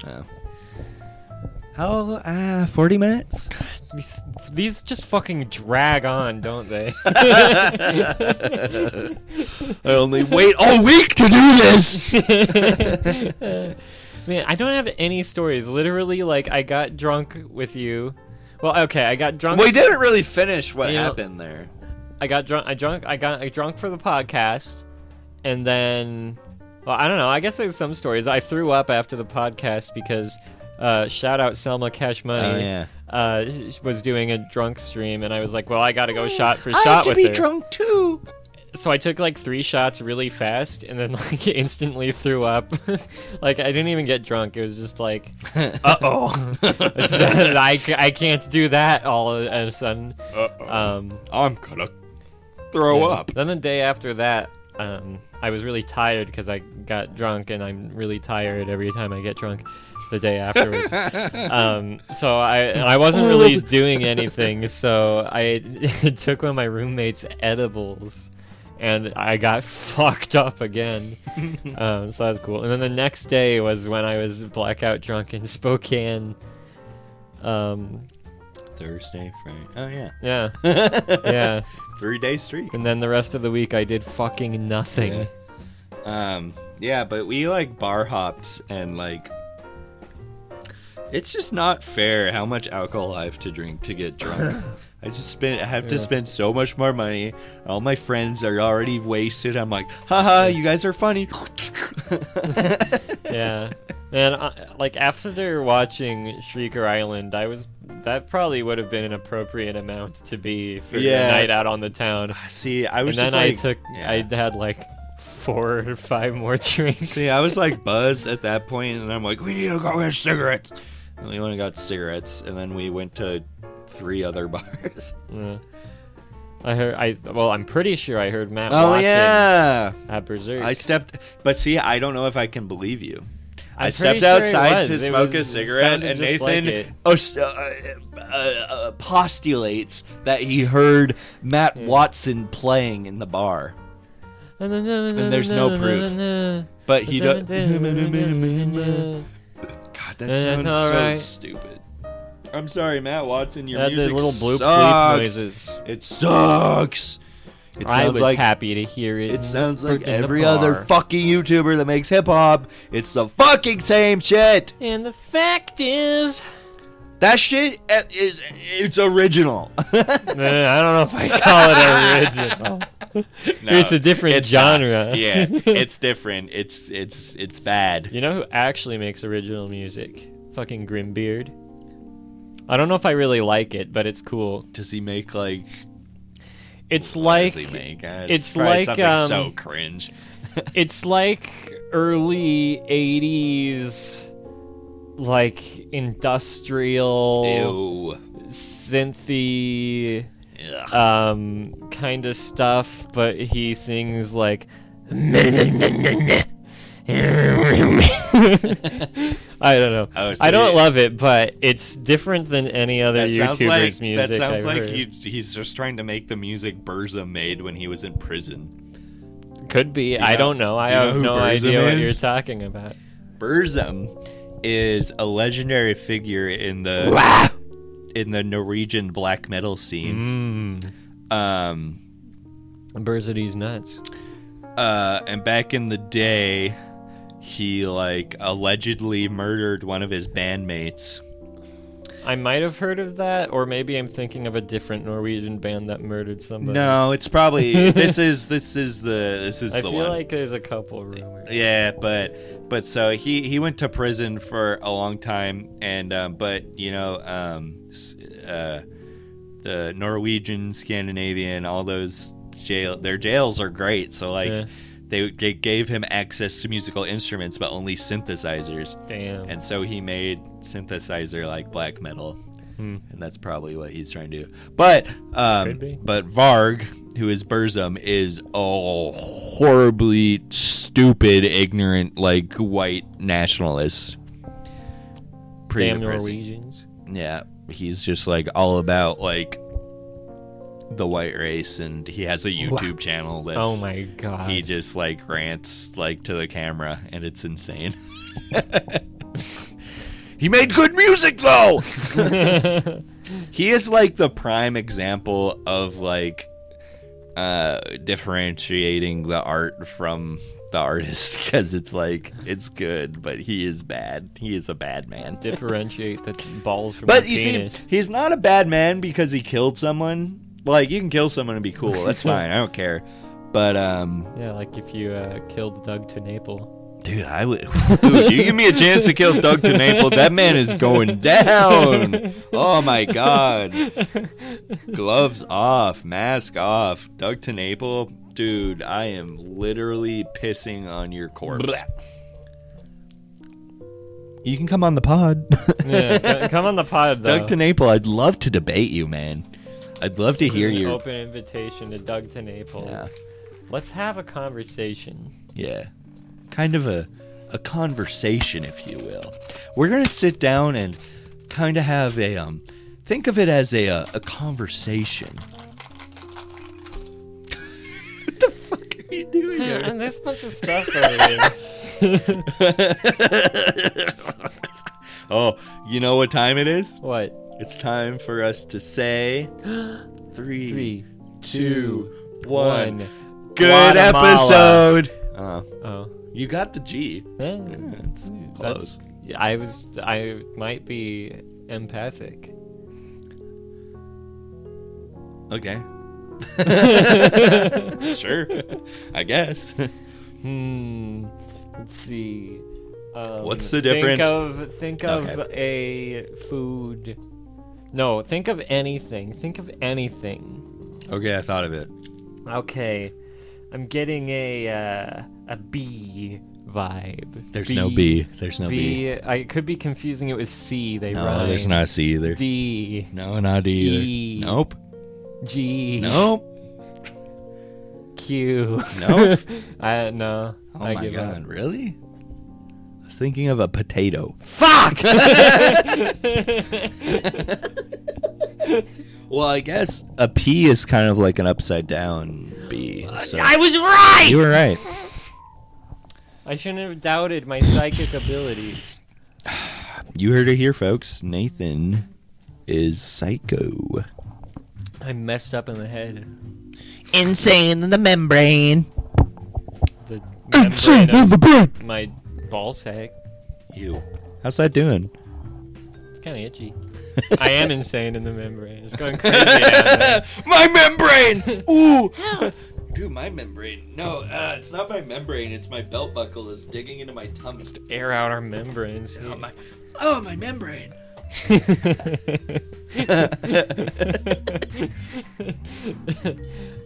S2: How uh, forty minutes?
S1: these, these just fucking drag on, don't they?
S2: I only wait all week to do this.
S1: Man, I don't have any stories. Literally, like I got drunk with you. Well, okay, I got drunk.
S2: we didn't really finish what
S1: You know-
S2: happened there.
S1: I got drunk. I drunk. I got I drunk for the podcast, and then, well, I don't know. I guess there's some stories. I threw up after the podcast because, uh, shout out Selma Cash Money.
S2: Oh, yeah.
S1: Uh, sh- was doing a drunk stream, and I was like, "Well, I gotta go shot for shot with her."
S2: drunk too.
S1: So I took like three shots really fast, and then like instantly threw up. like I didn't even get drunk. It was just like, uh oh, I, c- I can't do that all of a sudden. Um,
S2: I'm gonna throw up.
S1: then the day after that, um, I was really tired because I got drunk, and I'm really tired every time I get drunk. The day afterwards, um, so I and I wasn't really doing anything. So I took one of my roommate's edibles, and I got fucked up again. um, so that was cool. And then the next day was when I was blackout drunk in Spokane. Um,
S2: Thursday, Friday. Oh
S1: yeah,
S2: yeah,
S1: yeah.
S2: Three day streak.
S1: And then the rest of the week, I did fucking nothing.
S2: Yeah. Um, yeah, but we like bar hopped and like. It's just not fair how much alcohol I have to drink to get drunk. I just spend. I have to
S1: Yeah.
S2: spend so much more money. All my friends are already wasted. I'm like, haha, you guys are funny.
S1: yeah man I, like after watching shrieker island i was that probably would have been an appropriate amount to be for
S2: Yeah.
S1: a night out on the town
S2: See, I
S1: and
S2: was
S1: then
S2: just
S1: i
S2: like-
S1: took
S2: yeah.
S1: i had like four or five more drinks
S2: See, I was like buzzed at that point, and I'm like, we need to go get cigarettes. And we went and got cigarettes, and then we went to three other bars.
S1: yeah. I heard i well i'm pretty sure i heard matt
S2: Oh
S1: watson
S2: yeah.
S1: at berserk
S2: I stepped, but see, I don't know if I can believe you.
S1: I'm
S2: I
S1: pretty
S2: stepped
S1: sure it
S2: outside
S1: was.
S2: to
S1: It
S2: smoke
S1: was-
S2: a
S1: it
S2: cigarette,
S1: sounded
S2: and
S1: just like
S2: Nathan
S1: it.
S2: os- uh, uh, uh, postulates that he heard Matt
S1: Hmm.
S2: Watson playing in the bar, and there's no proof. But he does. God, that
S1: That's
S2: sounds
S1: all
S2: so
S1: right.
S2: stupid. I'm sorry, Matt Watson. Your
S1: Had the
S2: music
S1: little bloop bleep
S2: sucks.
S1: noises.
S2: It sucks. It
S1: I
S2: sounds
S1: was
S2: like
S1: happy to hear it. in
S2: It sounds
S1: the-
S2: like
S1: in the
S2: every
S1: bar.
S2: other fucking YouTuber that makes hip hop. It's the fucking same shit.
S1: And the fact is,
S2: That shit uh, is it's original.
S1: Eh, I don't know if I call it original. it's a different genre.
S2: yeah, it's different. It's it's it's bad.
S1: you know who actually makes original music? Fucking Grimbeard. I don't know if I really like it, but it's cool.
S2: Does he make like?
S1: It's like
S2: does he make? Uh,
S1: it's like,
S2: probably something
S1: um,
S2: so cringe.
S1: it's like early '80s, like industrial
S2: Ew.
S1: synthy.
S2: Ugh.
S1: um, kind of stuff, but he sings like. I don't know.
S2: Oh, so
S1: I don't
S2: you-
S1: love it, but it's different than any other
S2: that sounds
S1: YouTuber's
S2: like
S1: music.
S2: that
S1: I've
S2: sounds like
S1: heard.
S2: he, he's just trying to make the music Burza made when he was in prison.
S1: could be.
S2: Do you
S1: I
S2: know-
S1: don't know. I
S2: do you know
S1: have
S2: who
S1: no
S2: Burzum
S1: idea what
S2: is?
S1: you're talking about.
S2: Burzum is a legendary figure in the in the Norwegian black metal scene.
S1: Mm.
S2: Um,
S1: Berzity's nuts.
S2: uh, and back in the day, he like allegedly murdered one of his bandmates.
S1: I might have heard of that, or maybe I'm thinking of a different Norwegian band that murdered somebody.
S2: No, it's probably this is this is the this is
S1: I
S2: the
S1: feel
S2: one.
S1: like there's a couple rumors.
S2: Yeah, but but so he he went to prison for a long time, and um, but you know um, s- uh, the Norwegian, Scandinavian, all those jail their jails are great. So like
S1: Yeah.
S2: they they gave him access to musical instruments, but only synthesizers,
S1: Damn.
S2: and so he made synthesizer like black metal.
S1: Hmm.
S2: And that's probably what he's trying to do. But um,
S1: Could be.
S2: but Varg, who is Burzum, is a horribly stupid, ignorant, like white nationalist. Pretty
S1: Damn
S2: depressing.
S1: Norwegians.
S2: Yeah, he's just like all about like the white race, and he has a YouTube channel that's
S1: Oh my god.
S2: he just like rants like to the camera, and it's insane. he made good music though. he is like the prime example of like uh differentiating the art from the artist because it's like it's good, but he is bad. He is a bad man.
S1: Differentiate the balls from
S2: But
S1: the
S2: you
S1: penis.
S2: see, he's not a bad man because he killed someone. Like you can kill someone and be cool. That's fine. I don't care. But um,
S1: yeah, like if you uh, killed Doug Tenaple.
S2: Dude, I would. Dude, you give me a chance to kill Doug Tenaple, that man is going down. Oh my god. Gloves off, mask off. Doug Tenaple, dude, I am literally pissing on your corpse. You can come on the pod.
S1: Yeah, c- come on the pod though.
S2: Doug Tenaple, I'd love to debate you, man. I'd love to
S1: This is
S2: hear
S1: an
S2: your.
S1: open invitation to Doug Tenaple.
S2: Yeah,
S1: Let's have a conversation.
S2: yeah. Kind of a, a conversation, if you will. We're gonna sit down and kind of have a um. Think of it as a uh, a conversation. what the fuck are you doing? Here?
S1: and there's a bunch of stuff over there.
S2: oh, you know what time it is?
S1: What?
S2: It's time for us to say three,
S1: Three,
S2: two,
S1: two,
S2: one.
S1: one.
S2: Good
S1: Guatemala.
S2: episode. Uh,
S1: Oh.
S2: you got the G.
S1: Yeah,
S2: it's
S1: that's-
S2: close.
S1: I was. I might be empathic.
S2: Okay. sure. I guess.
S1: Hmm. Let's see. Um,
S2: What's the
S1: Think
S2: difference?
S1: of think of a
S2: Okay.
S1: food. No, think of anything. Think of anything.
S2: Okay, I thought of it.
S1: Okay, I'm getting a uh, a bee vibe.
S2: There's no B. There's no B.
S1: B. I could be confusing it with C. They
S2: No,
S1: rhyme.
S2: there's not a C either.
S1: D
S2: No, not D either.
S1: E.
S2: Nope.
S1: G
S2: Nope.
S1: Q.
S2: Nope.
S1: I no.
S2: Oh
S1: I
S2: my
S1: give
S2: god,
S1: up.
S2: really? I was thinking of a potato.
S1: Fuck.
S2: Well, I guess a P is kind of like an upside down B. So
S4: I was right!
S2: you were Uh, right.
S1: I shouldn't have doubted my psychic abilities.
S2: You heard it here, folks. Nathan is psycho.
S1: I messed up in the head.
S2: Insane in the membrane.
S1: The membrane of
S2: brain.
S1: my ball sack.
S2: You. How's that doing?
S1: It's kind of itchy. I am insane in the membrane. It's going crazy. down there.
S2: my membrane. Ooh. Dude, my membrane. No, uh, it's not my membrane. It's my belt buckle is digging into my tummy.
S1: Air out our membranes.
S2: Oh my, oh my membrane.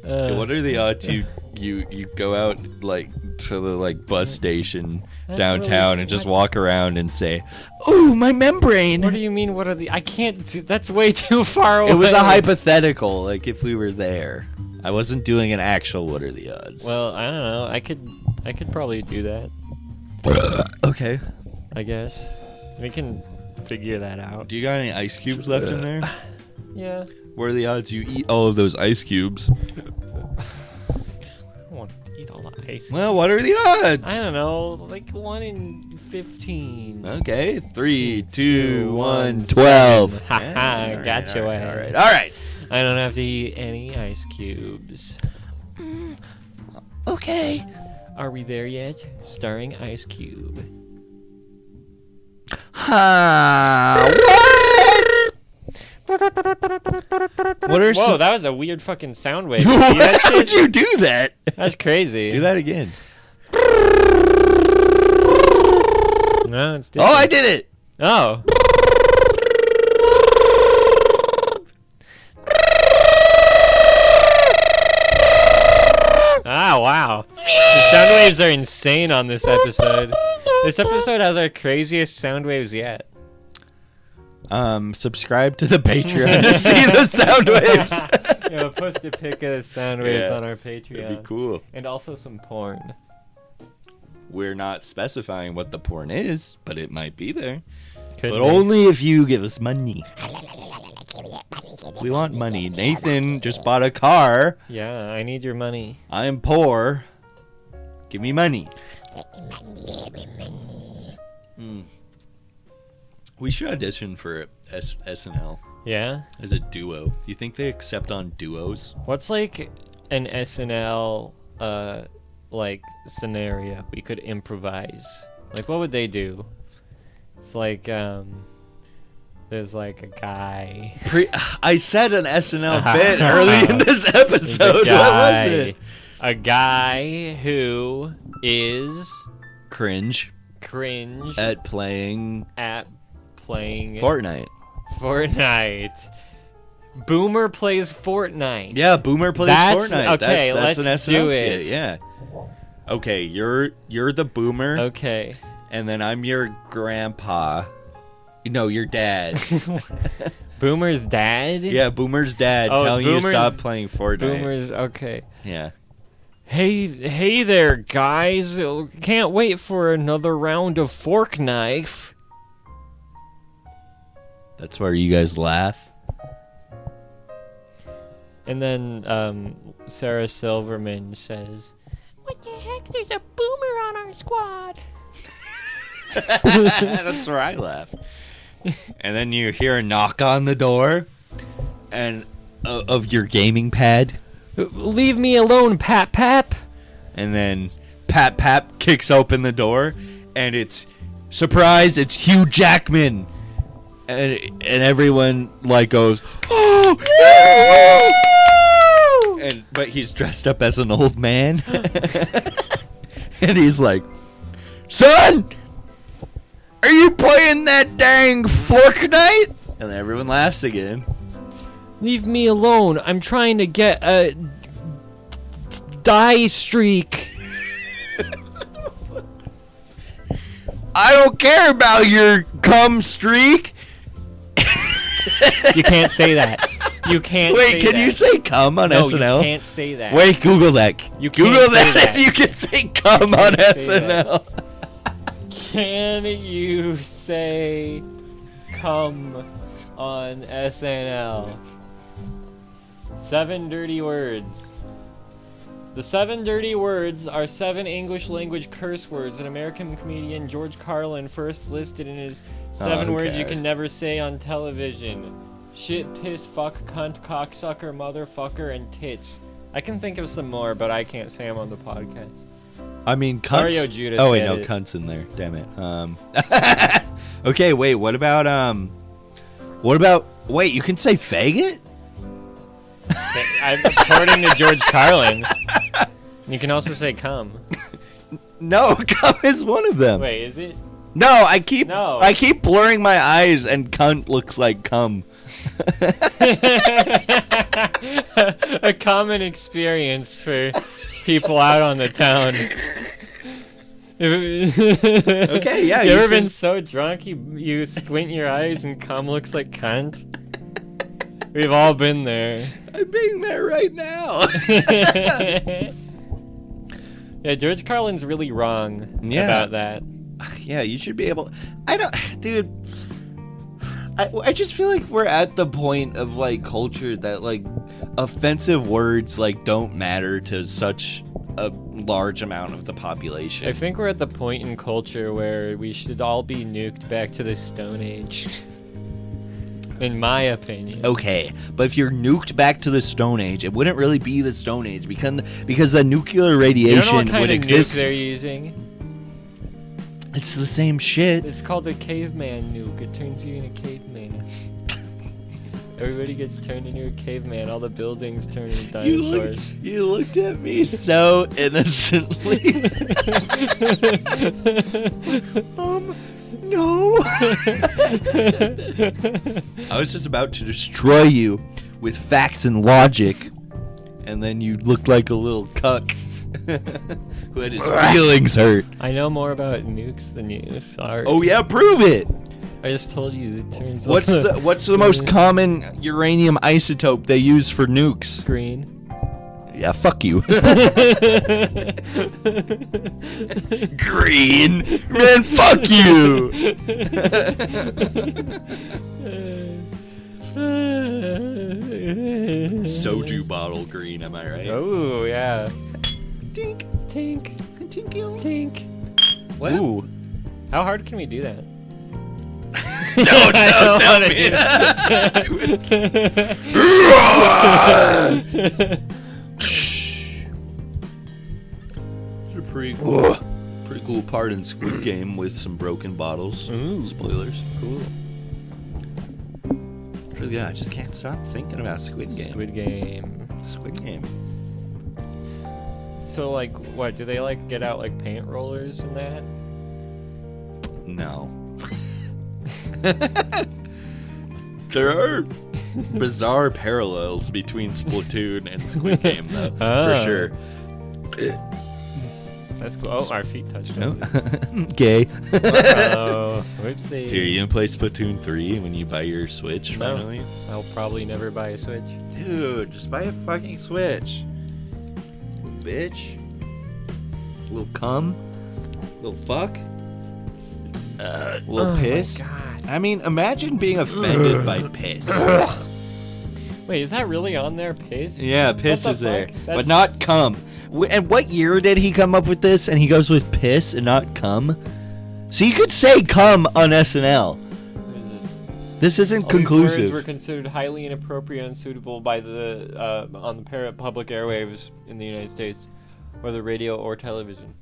S1: Uh,
S2: what are the odds you you you go out like to the like bus station downtown and just walk around and say, "Ooh, my membrane."
S1: What do you mean? What are the? I can't. Do, that's way too far away.
S2: It was a hypothetical, like if we were there. I wasn't doing an actual what are the odds.
S1: Well, I don't know. I could. I could probably do that.
S2: okay.
S1: I guess we can figure that out.
S2: Do you got any ice cubes left in there?
S1: Yeah.
S2: What are the odds you eat all of those ice cubes?
S1: I don't want to eat all the ice.
S2: Well, what are the odds?
S1: I don't know, like one in 15.
S2: Okay, three, two, one,
S1: Twelve.
S2: twelve.
S1: Ha ha,
S2: Yeah, all
S1: got
S2: right,
S1: your
S2: all right,
S1: ass.
S2: All right, all right.
S1: I don't have to eat any ice cubes.
S2: Okay.
S1: Are we there yet? Starring Ice Cube.
S2: Huh, what? What are
S1: Whoa,
S2: some...
S1: that was a weird fucking sound wave. You see that
S2: How
S1: shit?
S2: would you do that?
S1: That's crazy.
S2: Do that again.
S1: No, it's
S2: Oh,
S1: different.
S2: I did it.
S1: Oh. Ah, wow. The sound waves are insane on this episode. This episode has our craziest sound waves yet.
S2: Um, subscribe to the Patreon to see the sound waves.
S1: yeah, we'll post a pic of sound waves
S2: Yeah.
S1: on our Patreon.
S2: cool.
S1: And also some porn.
S2: We're not specifying what the porn is, but it might be there.
S1: Could
S2: But
S1: be.
S2: only if you give us money. We want money. Nathan just bought a car.
S1: Yeah, I need your money.
S2: I am poor. Give me money. Hmm. We should audition for S- SNL
S1: Yeah?
S2: as a duo. Do you think they accept on duos?
S1: What's like an SNL uh like scenario we could improvise? Like what would they do? It's like um there's like a guy.
S2: Pre- I said an SNL
S1: Uh-huh.
S2: bit early in this
S1: There's a
S2: episode. What
S1: guy,
S2: was it?
S1: a guy who is
S2: Cringe
S1: cringe at,
S2: at playing
S1: playing
S2: Fortnite.
S1: Fortnite. Boomer plays Fortnite.
S2: Yeah, Boomer plays
S1: That's-
S2: Fortnite.
S1: okay,
S2: that's,
S1: let's
S2: that's an SNL
S1: do
S2: skit.
S1: it.
S2: Yeah. Okay, you're you're the Boomer.
S1: Okay.
S2: and then I'm your grandpa. No, your dad.
S1: Boomer's dad?
S2: yeah, Boomer's dad
S1: Oh,
S2: telling you to
S1: Boomer's-
S2: stop playing Fortnite.
S1: Boomer's okay.
S2: Yeah.
S1: Hey, hey there, guys! Can't wait for another round of fork knife.
S2: That's where you guys laugh.
S1: And then um, Sarah Silverman says,
S4: What the heck? There's a boomer on our squad.
S2: That's where I laugh. And then you hear a knock on the door and uh, of your gaming pad
S1: "Leave me alone, Pap Pap."
S2: and then Pat Pap kicks open the door and it's surprise, it's Hugh Jackman. And, and everyone like goes, "Oh!" yeah!" And but he's dressed up as an old man. and he's like, "Son, are you playing that dang Fortnite?" And everyone laughs again.
S1: Leave me alone. I'm trying to get a die streak.
S2: I don't care about your cum streak.
S1: You can't say that. You can't.
S2: Wait, can you
S1: that.
S2: say cum on
S1: no?
S2: SNL?
S1: You can't say that.
S2: Wait, Google that.
S1: You can't
S2: Google
S1: say
S2: that,
S1: that.
S2: if you can say cum on
S1: can't say
S2: SNL.
S1: Can you say come on SNL? Seven dirty words. The seven dirty words are seven English language curse words that American comedian George Carlin first listed in his seven
S2: who
S1: words you
S2: cares?
S1: can never say on television. Shit, piss, fuck, cunt, cocksucker, motherfucker, and tits. I can think of some more, but I can't say them on the podcast.
S2: I mean, cunts.
S1: Mario Judas
S2: oh wait,
S1: said
S2: no,
S1: it.
S2: cunts in there. Damn it. Um. okay, wait. What about um? What about wait? You can say faggot.
S1: I, according to George Carlin, you can also say "come."
S2: No, cum is one of them.
S1: Wait, is it?
S2: No, I keep
S1: No.
S2: I keep blurring my eyes, and cunt looks like cum.
S1: a common experience for people out on the town. okay,
S2: yeah,
S1: You,
S2: you
S1: ever
S2: should-
S1: been so drunk you you squint your eyes and cum looks like cunt? We've all been there.
S2: I'm being there right now.
S1: yeah, George Carlin's really wrong
S2: Yeah.
S1: about that.
S2: Yeah, you should be able. I don't, dude. I, I just feel like we're at the point of like culture that like offensive words like don't matter to such a large amount of the population.
S1: I think we're at the point in culture where we should all be nuked back to the Stone Age. in my opinion.
S2: okay, but if you're nuked back to the Stone Age, it wouldn't really be the Stone Age because because the nuclear
S1: You don't know
S2: radiation
S1: what kind
S2: would
S1: of
S2: exist.
S1: nuke they're using?
S2: It's the same shit.
S1: It's called the caveman nuke. It turns you into caveman. Everybody gets turned into a caveman. All the buildings turn into
S2: You, look,
S1: dinosaurs.
S2: you looked at me so innocently. um, no. I was just about to destroy you with facts and logic, and then you looked like a little cuck who had his feelings hurt.
S1: I know more about nukes than you. Sorry.
S2: Oh yeah, prove it.
S1: I just told you it turns.
S2: What's
S1: all
S2: the what's the most common uranium isotope they use for nukes?
S1: green?
S2: Yeah, fuck you. Green. Man, fuck you. Soju bottle green, am I right?
S1: Oh yeah.
S2: Tink.
S1: Tink. Tink.
S2: What?
S1: Ooh. How hard can we do that?
S2: No, no, tell me. It's a pretty cool, pretty cool part in Squid Game with some broken bottles. Spoilers. Cool. Really, yeah, I just can't stop thinking about Squid Game.
S1: Squid Game.
S2: Squid Game.
S1: So like, what do they like? Get out like paint rollers and that?
S2: No. there are bizarre parallels between Splatoon and Squid Game, though,
S1: Ah.
S2: for sure.
S1: That's cool. Oh, our feet touched.
S2: Gay.
S1: Oh, whoopsie.
S2: Dude, you gonna play Splatoon 3 when you buy your Switch
S1: No.
S2: finally?
S1: I'll probably never buy a Switch.
S2: Dude, just buy a fucking Switch. Bitch. Little cum. Little fuck.
S1: Oh
S2: little piss. I mean, imagine being offended by piss.
S1: Wait, is that really on there? Piss?
S2: Yeah, piss
S1: the
S2: is there,
S1: fuck?
S2: but
S1: That's-
S2: not cum. Wh- And what year did he come up with this? And he goes with piss and not cum. So you could say cum on SNL. This isn't
S1: All these Words
S2: conclusive.
S1: were considered highly inappropriate, and unsuitable by the uh, on the par- public airwaves in the United States, whether radio or television.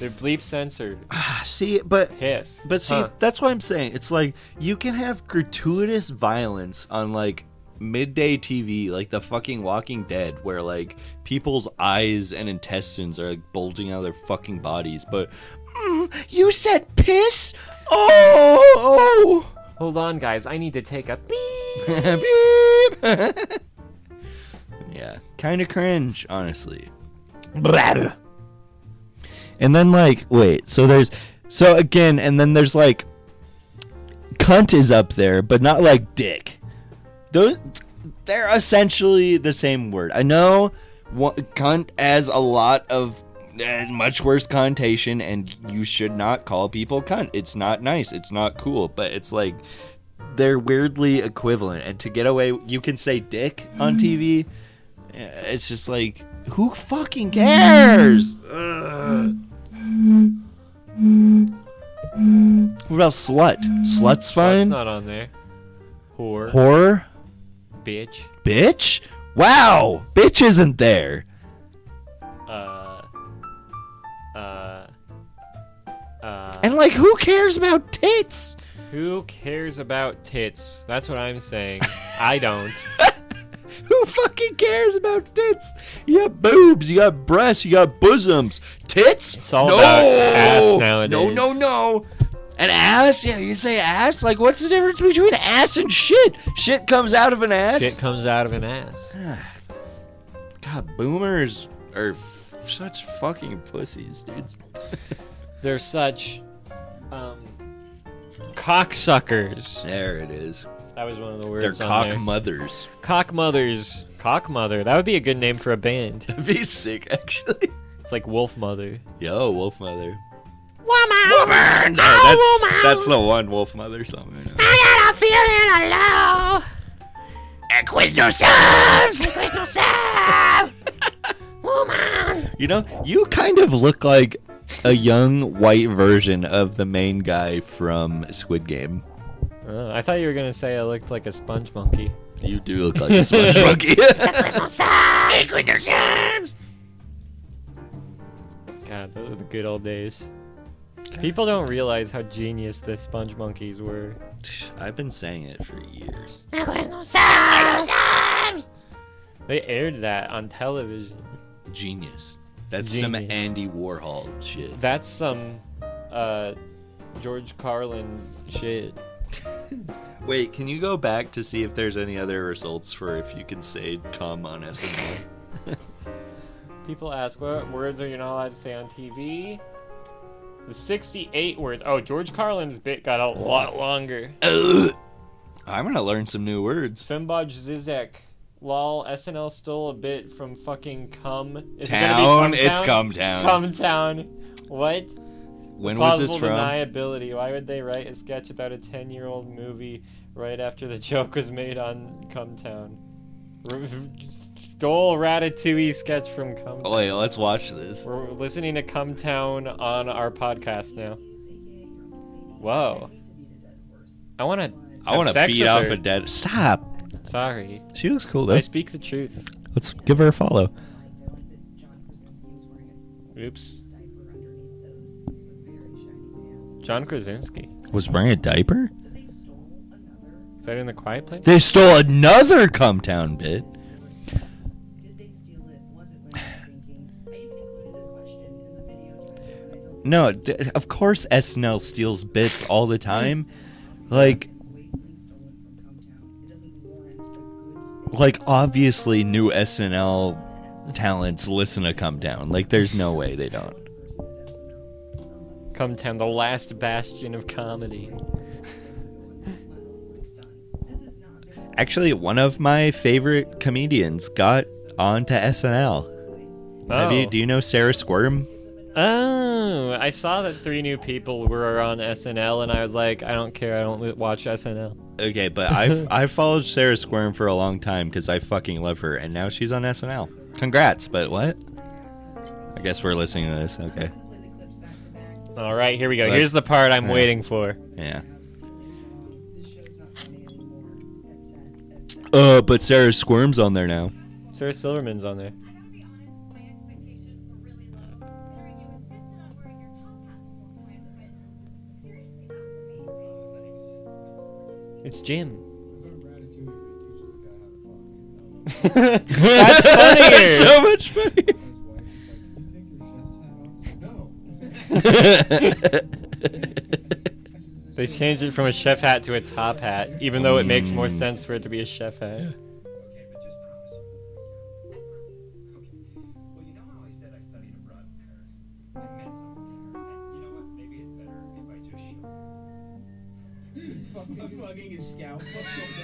S1: They're bleep censored.
S2: Ah, see, but
S1: Piss.
S2: but see,
S1: Huh.
S2: that's what I'm saying. It's like you can have gratuitous violence on like midday TV, like the fucking Walking Dead, where like people's eyes and intestines are like bulging out of their fucking bodies. But mm, you said piss. Oh. oh.
S1: Hold on, guys. I need to take a beep.
S2: Beep. yeah, kind of cringe, honestly. Blah. And then like, wait, so there's so again, and then there's like cunt is up there, but not like dick. Those they're essentially the same word. I know wha- cunt has a lot of uh, much worse connotation and you should not call people cunt. It's not nice. It's not cool, but it's like they're weirdly equivalent and to get away you can say dick on tv Yeah, it's just like who fucking cares Ugh. what about slut slut's
S1: That's
S2: fine
S1: Oh, not on there. Whore.
S2: horror
S1: Bitch.
S2: bitch wow bitch isn't there
S1: Uh. Uh. Uh.
S2: and like who cares about tits
S1: Who cares about tits? That's what I'm saying. I don't.
S2: who fucking cares about tits you got boobs you got breasts you got bosoms tits
S1: It's all about ass nowadays.
S2: No, no, no. An ass? Yeah, you say ass? Like, what's the difference between ass and shit? Shit comes out of an ass.
S1: Shit comes out of an ass.
S2: God, boomers are f- such fucking pussies, dudes.
S1: They're such. Um. Cocksuckers.
S2: There it is.
S1: That was one of the words.
S2: They're
S1: on
S2: cock
S1: there.
S2: mothers.
S1: Cock mothers. Cock mother. That would be a good name for a band.
S2: That'd be sick, actually.
S1: It's like Wolf Mother.
S2: Yo, wolf mother.
S4: Woman,
S2: Woman!
S4: Oh,
S2: that's,
S4: woman!
S2: that's the one wolf mother song. I know.
S4: I got a feeling of love. Equinox! Equinox! Woman,
S2: You know, you kind of look like a young white version of the main guy from Squid Game.
S1: Uh, I thought you were gonna say I looked like a sponge monkey.
S2: You do look like a sponge monkey.
S1: God, those were the good old days. People don't realize how genius the sponge monkeys were.
S2: I've been saying it for years.
S1: They aired that on television.
S2: Genius. That's some
S1: Genius.
S2: Andy Warhol shit.
S1: That's some uh, George Carlin shit.
S2: Wait, can you go back to see if there's any other results for if you can say "come" on SNL?
S1: People ask what words are you not allowed to say on TV? The 68 words. Oh, George Carlin's bit got a lot longer.
S2: Ugh. I'm gonna learn some new words.
S1: Femboj Zizek. Lol, SNL stole a bit from fucking cum. Is
S2: Town,
S1: it gonna be
S2: it's
S1: cum.
S2: come town.
S1: Cum town. What?
S2: When was
S1: Plausible
S2: this from?
S1: deniability. Why would they write a sketch about a 10 year old movie right after the joke was made on Cumtown? R- stole Ratatouille sketch from Cumtown.
S2: Oh, wait, let's watch this.
S1: We're listening to Cumtown on our podcast now. Whoa. I want to.
S2: I want to
S1: sex
S2: beat
S1: with
S2: off
S1: her.
S2: a dead. Stop.
S1: Sorry.
S2: She looks cool
S1: I
S2: though.
S1: speak the truth.
S2: Let's give her a follow.
S1: Oops. John Krasinski.
S2: Was wearing a diaper?
S1: Is that in the quiet place?
S2: They stole another come town bit. No, d- of course SNL steals bits all the time. Like, like obviously new SNL talents listen to come down. Like, there's no way they don't.
S1: Cumtown, the last bastion of comedy.
S2: Actually, one of my favorite comedians got onto SNL. Have you,
S1: Oh.
S2: do you know Sarah Squirm?
S1: Oh, I saw that three new people were on SNL, and I was like, I don't care. I don't li- watch SNL.
S2: Okay, but I've I followed Sarah Squirm for a long time because I fucking love her, and now she's on SNL. Congrats, but what? I guess we're listening to this. Okay,
S1: All right, here we go.
S2: Let's-
S1: Here's the part I'm
S2: yeah.
S1: waiting for.
S2: yeah. Uh, but Sarah Squirm's on there now.
S1: Sarah Silverman's on there. It's Jim. That's
S2: That's
S1: funnier.
S2: so much funny.
S1: they changed it from a chef hat to a top hat, even though it makes more sense for it to be a chef hat.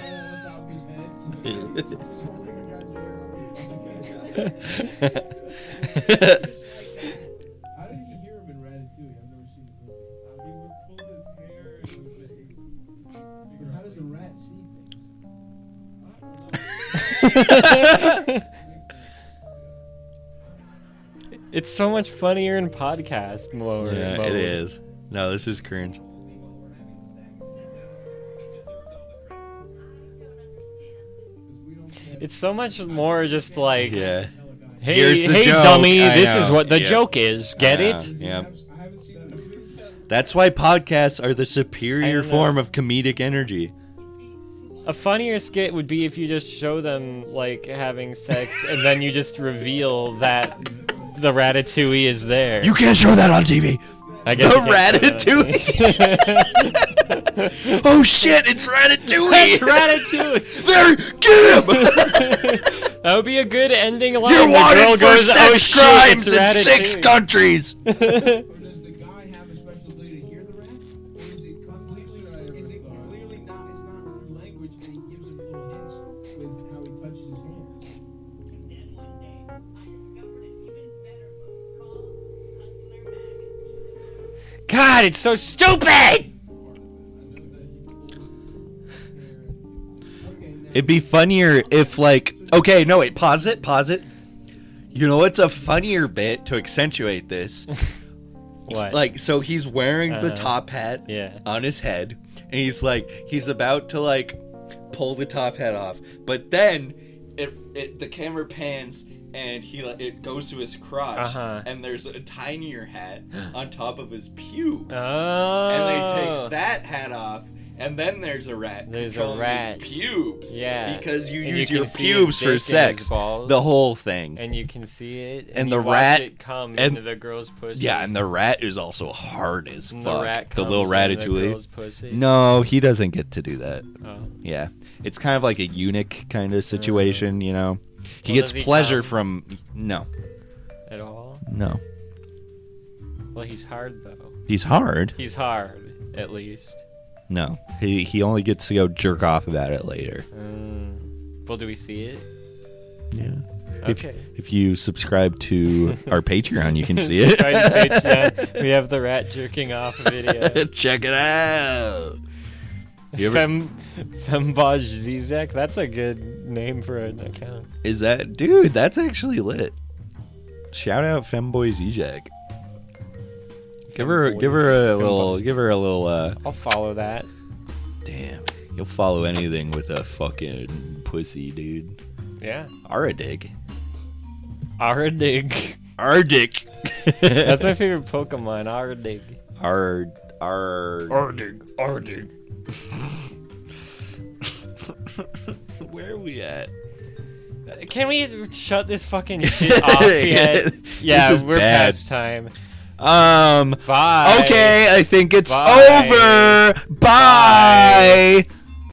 S5: How did you hear him in Ratatouille? I've never seen the movie. He would pull his hair. It would make, how did the rat see things?
S1: It's so much funnier in podcast mode.
S2: yeah, it
S1: mode.
S2: is. No, this is cringe.
S1: It's so much more just like,
S2: Yeah.
S1: hey,
S2: Here's the
S1: hey,
S2: joke.
S1: dummy,
S2: I
S1: this is
S2: know.
S1: what the
S2: Yeah.
S1: joke is. Get
S2: Yeah,
S1: it?
S2: Yeah.
S5: I haven't seen the movie.
S2: That's why podcasts are the
S1: I
S2: superior
S1: know.
S2: form of comedic energy.
S1: A funnier skit would be if you just show them like having sex, and then you just reveal that the ratatouille is there.
S2: You can't show that on TV.
S1: I
S2: The
S1: guess you can't show that.
S2: ratatouille. oh shit! It's ratatouille.
S1: That's ratatouille.
S2: there, get him.
S1: That would be a good ending line.
S2: You're
S1: The girl
S2: wanted for
S1: goes, "Oh,
S2: sex
S1: shit,
S2: crimes
S1: it's
S2: in six
S1: ratatouille."
S2: countries.
S5: Or does the guy have a special ability to hear the rat? Or is it completely? Is it clearly not? It's not through language, and he gives him little hints with how he touches his hand.
S1: God, it's so stupid.
S2: It'd be funnier if, like, okay, no, wait, pause it, pause it. You know what's a funnier bit to accentuate this?
S1: What?
S2: Like, so he's wearing the
S1: Uh-huh.
S2: top hat
S1: Yeah.
S2: on his head, and he's like, he's about to like pull the top hat off, but then it, it the camera pans and he like, it goes to his crotch,
S1: Uh-huh.
S2: and there's a tinier hat on top of his pubes,
S1: Oh.
S2: and then he takes that hat off. And then there's a rat
S1: There's a
S2: controlling
S1: rat.
S2: his pubes.
S1: Yeah.
S2: Because you
S1: And
S2: use
S1: you
S2: your
S1: can see his
S2: pubes
S1: dick
S2: for
S1: and
S2: sex.
S1: his balls.
S2: The whole thing.
S1: And you can see it. And,
S2: And
S1: you
S2: the
S1: watch
S2: rat-
S1: It come
S2: and-
S1: into the girl's pussy.
S2: Yeah, and the rat is also hard as
S1: And
S2: fuck. The,
S1: rat
S2: little
S1: comes into The
S2: ratatouille.
S1: girl's pussy.
S2: no, he doesn't get to do that.
S1: Oh.
S2: Yeah, it's kind of like a eunuch kind of situation, you know. He
S1: Well,
S2: gets
S1: does he
S2: pleasure
S1: come?
S2: from no,
S1: At all?
S2: no.
S1: Well, he's hard though.
S2: He's hard.
S1: He's hard, at least.
S2: No, he he only gets to go jerk off about it later.
S1: Mm. Well, do we see it?
S2: Yeah.
S1: Okay.
S2: If if you subscribe to our Patreon, you can see it.
S1: Right, Patreon, we have the rat jerking off video.
S2: Check it out. You ever-
S1: Fem, Fembaj Zizek. That's a good name for an account.
S2: Is that dude? That's actually lit. Shout out Femboy Zizek. Give her,
S1: Femboy.
S2: give her a little, give her a little. uh
S1: I'll follow that.
S2: Damn, you'll follow anything with a fucking pussy, dude.
S1: Yeah.
S2: Aradig,
S1: Aradig.
S2: Ardick.
S1: That's my favorite Pokemon, Aradig.
S2: Ard, Ard.
S1: Aradig. Aradig.
S2: Where are we at?
S1: Can we shut this fucking shit off yet? Yeah,
S2: This is
S1: we're
S2: bad.
S1: past time.
S2: Um.
S1: Bye.
S2: Okay, I think it's
S1: Bye.
S2: over. Bye.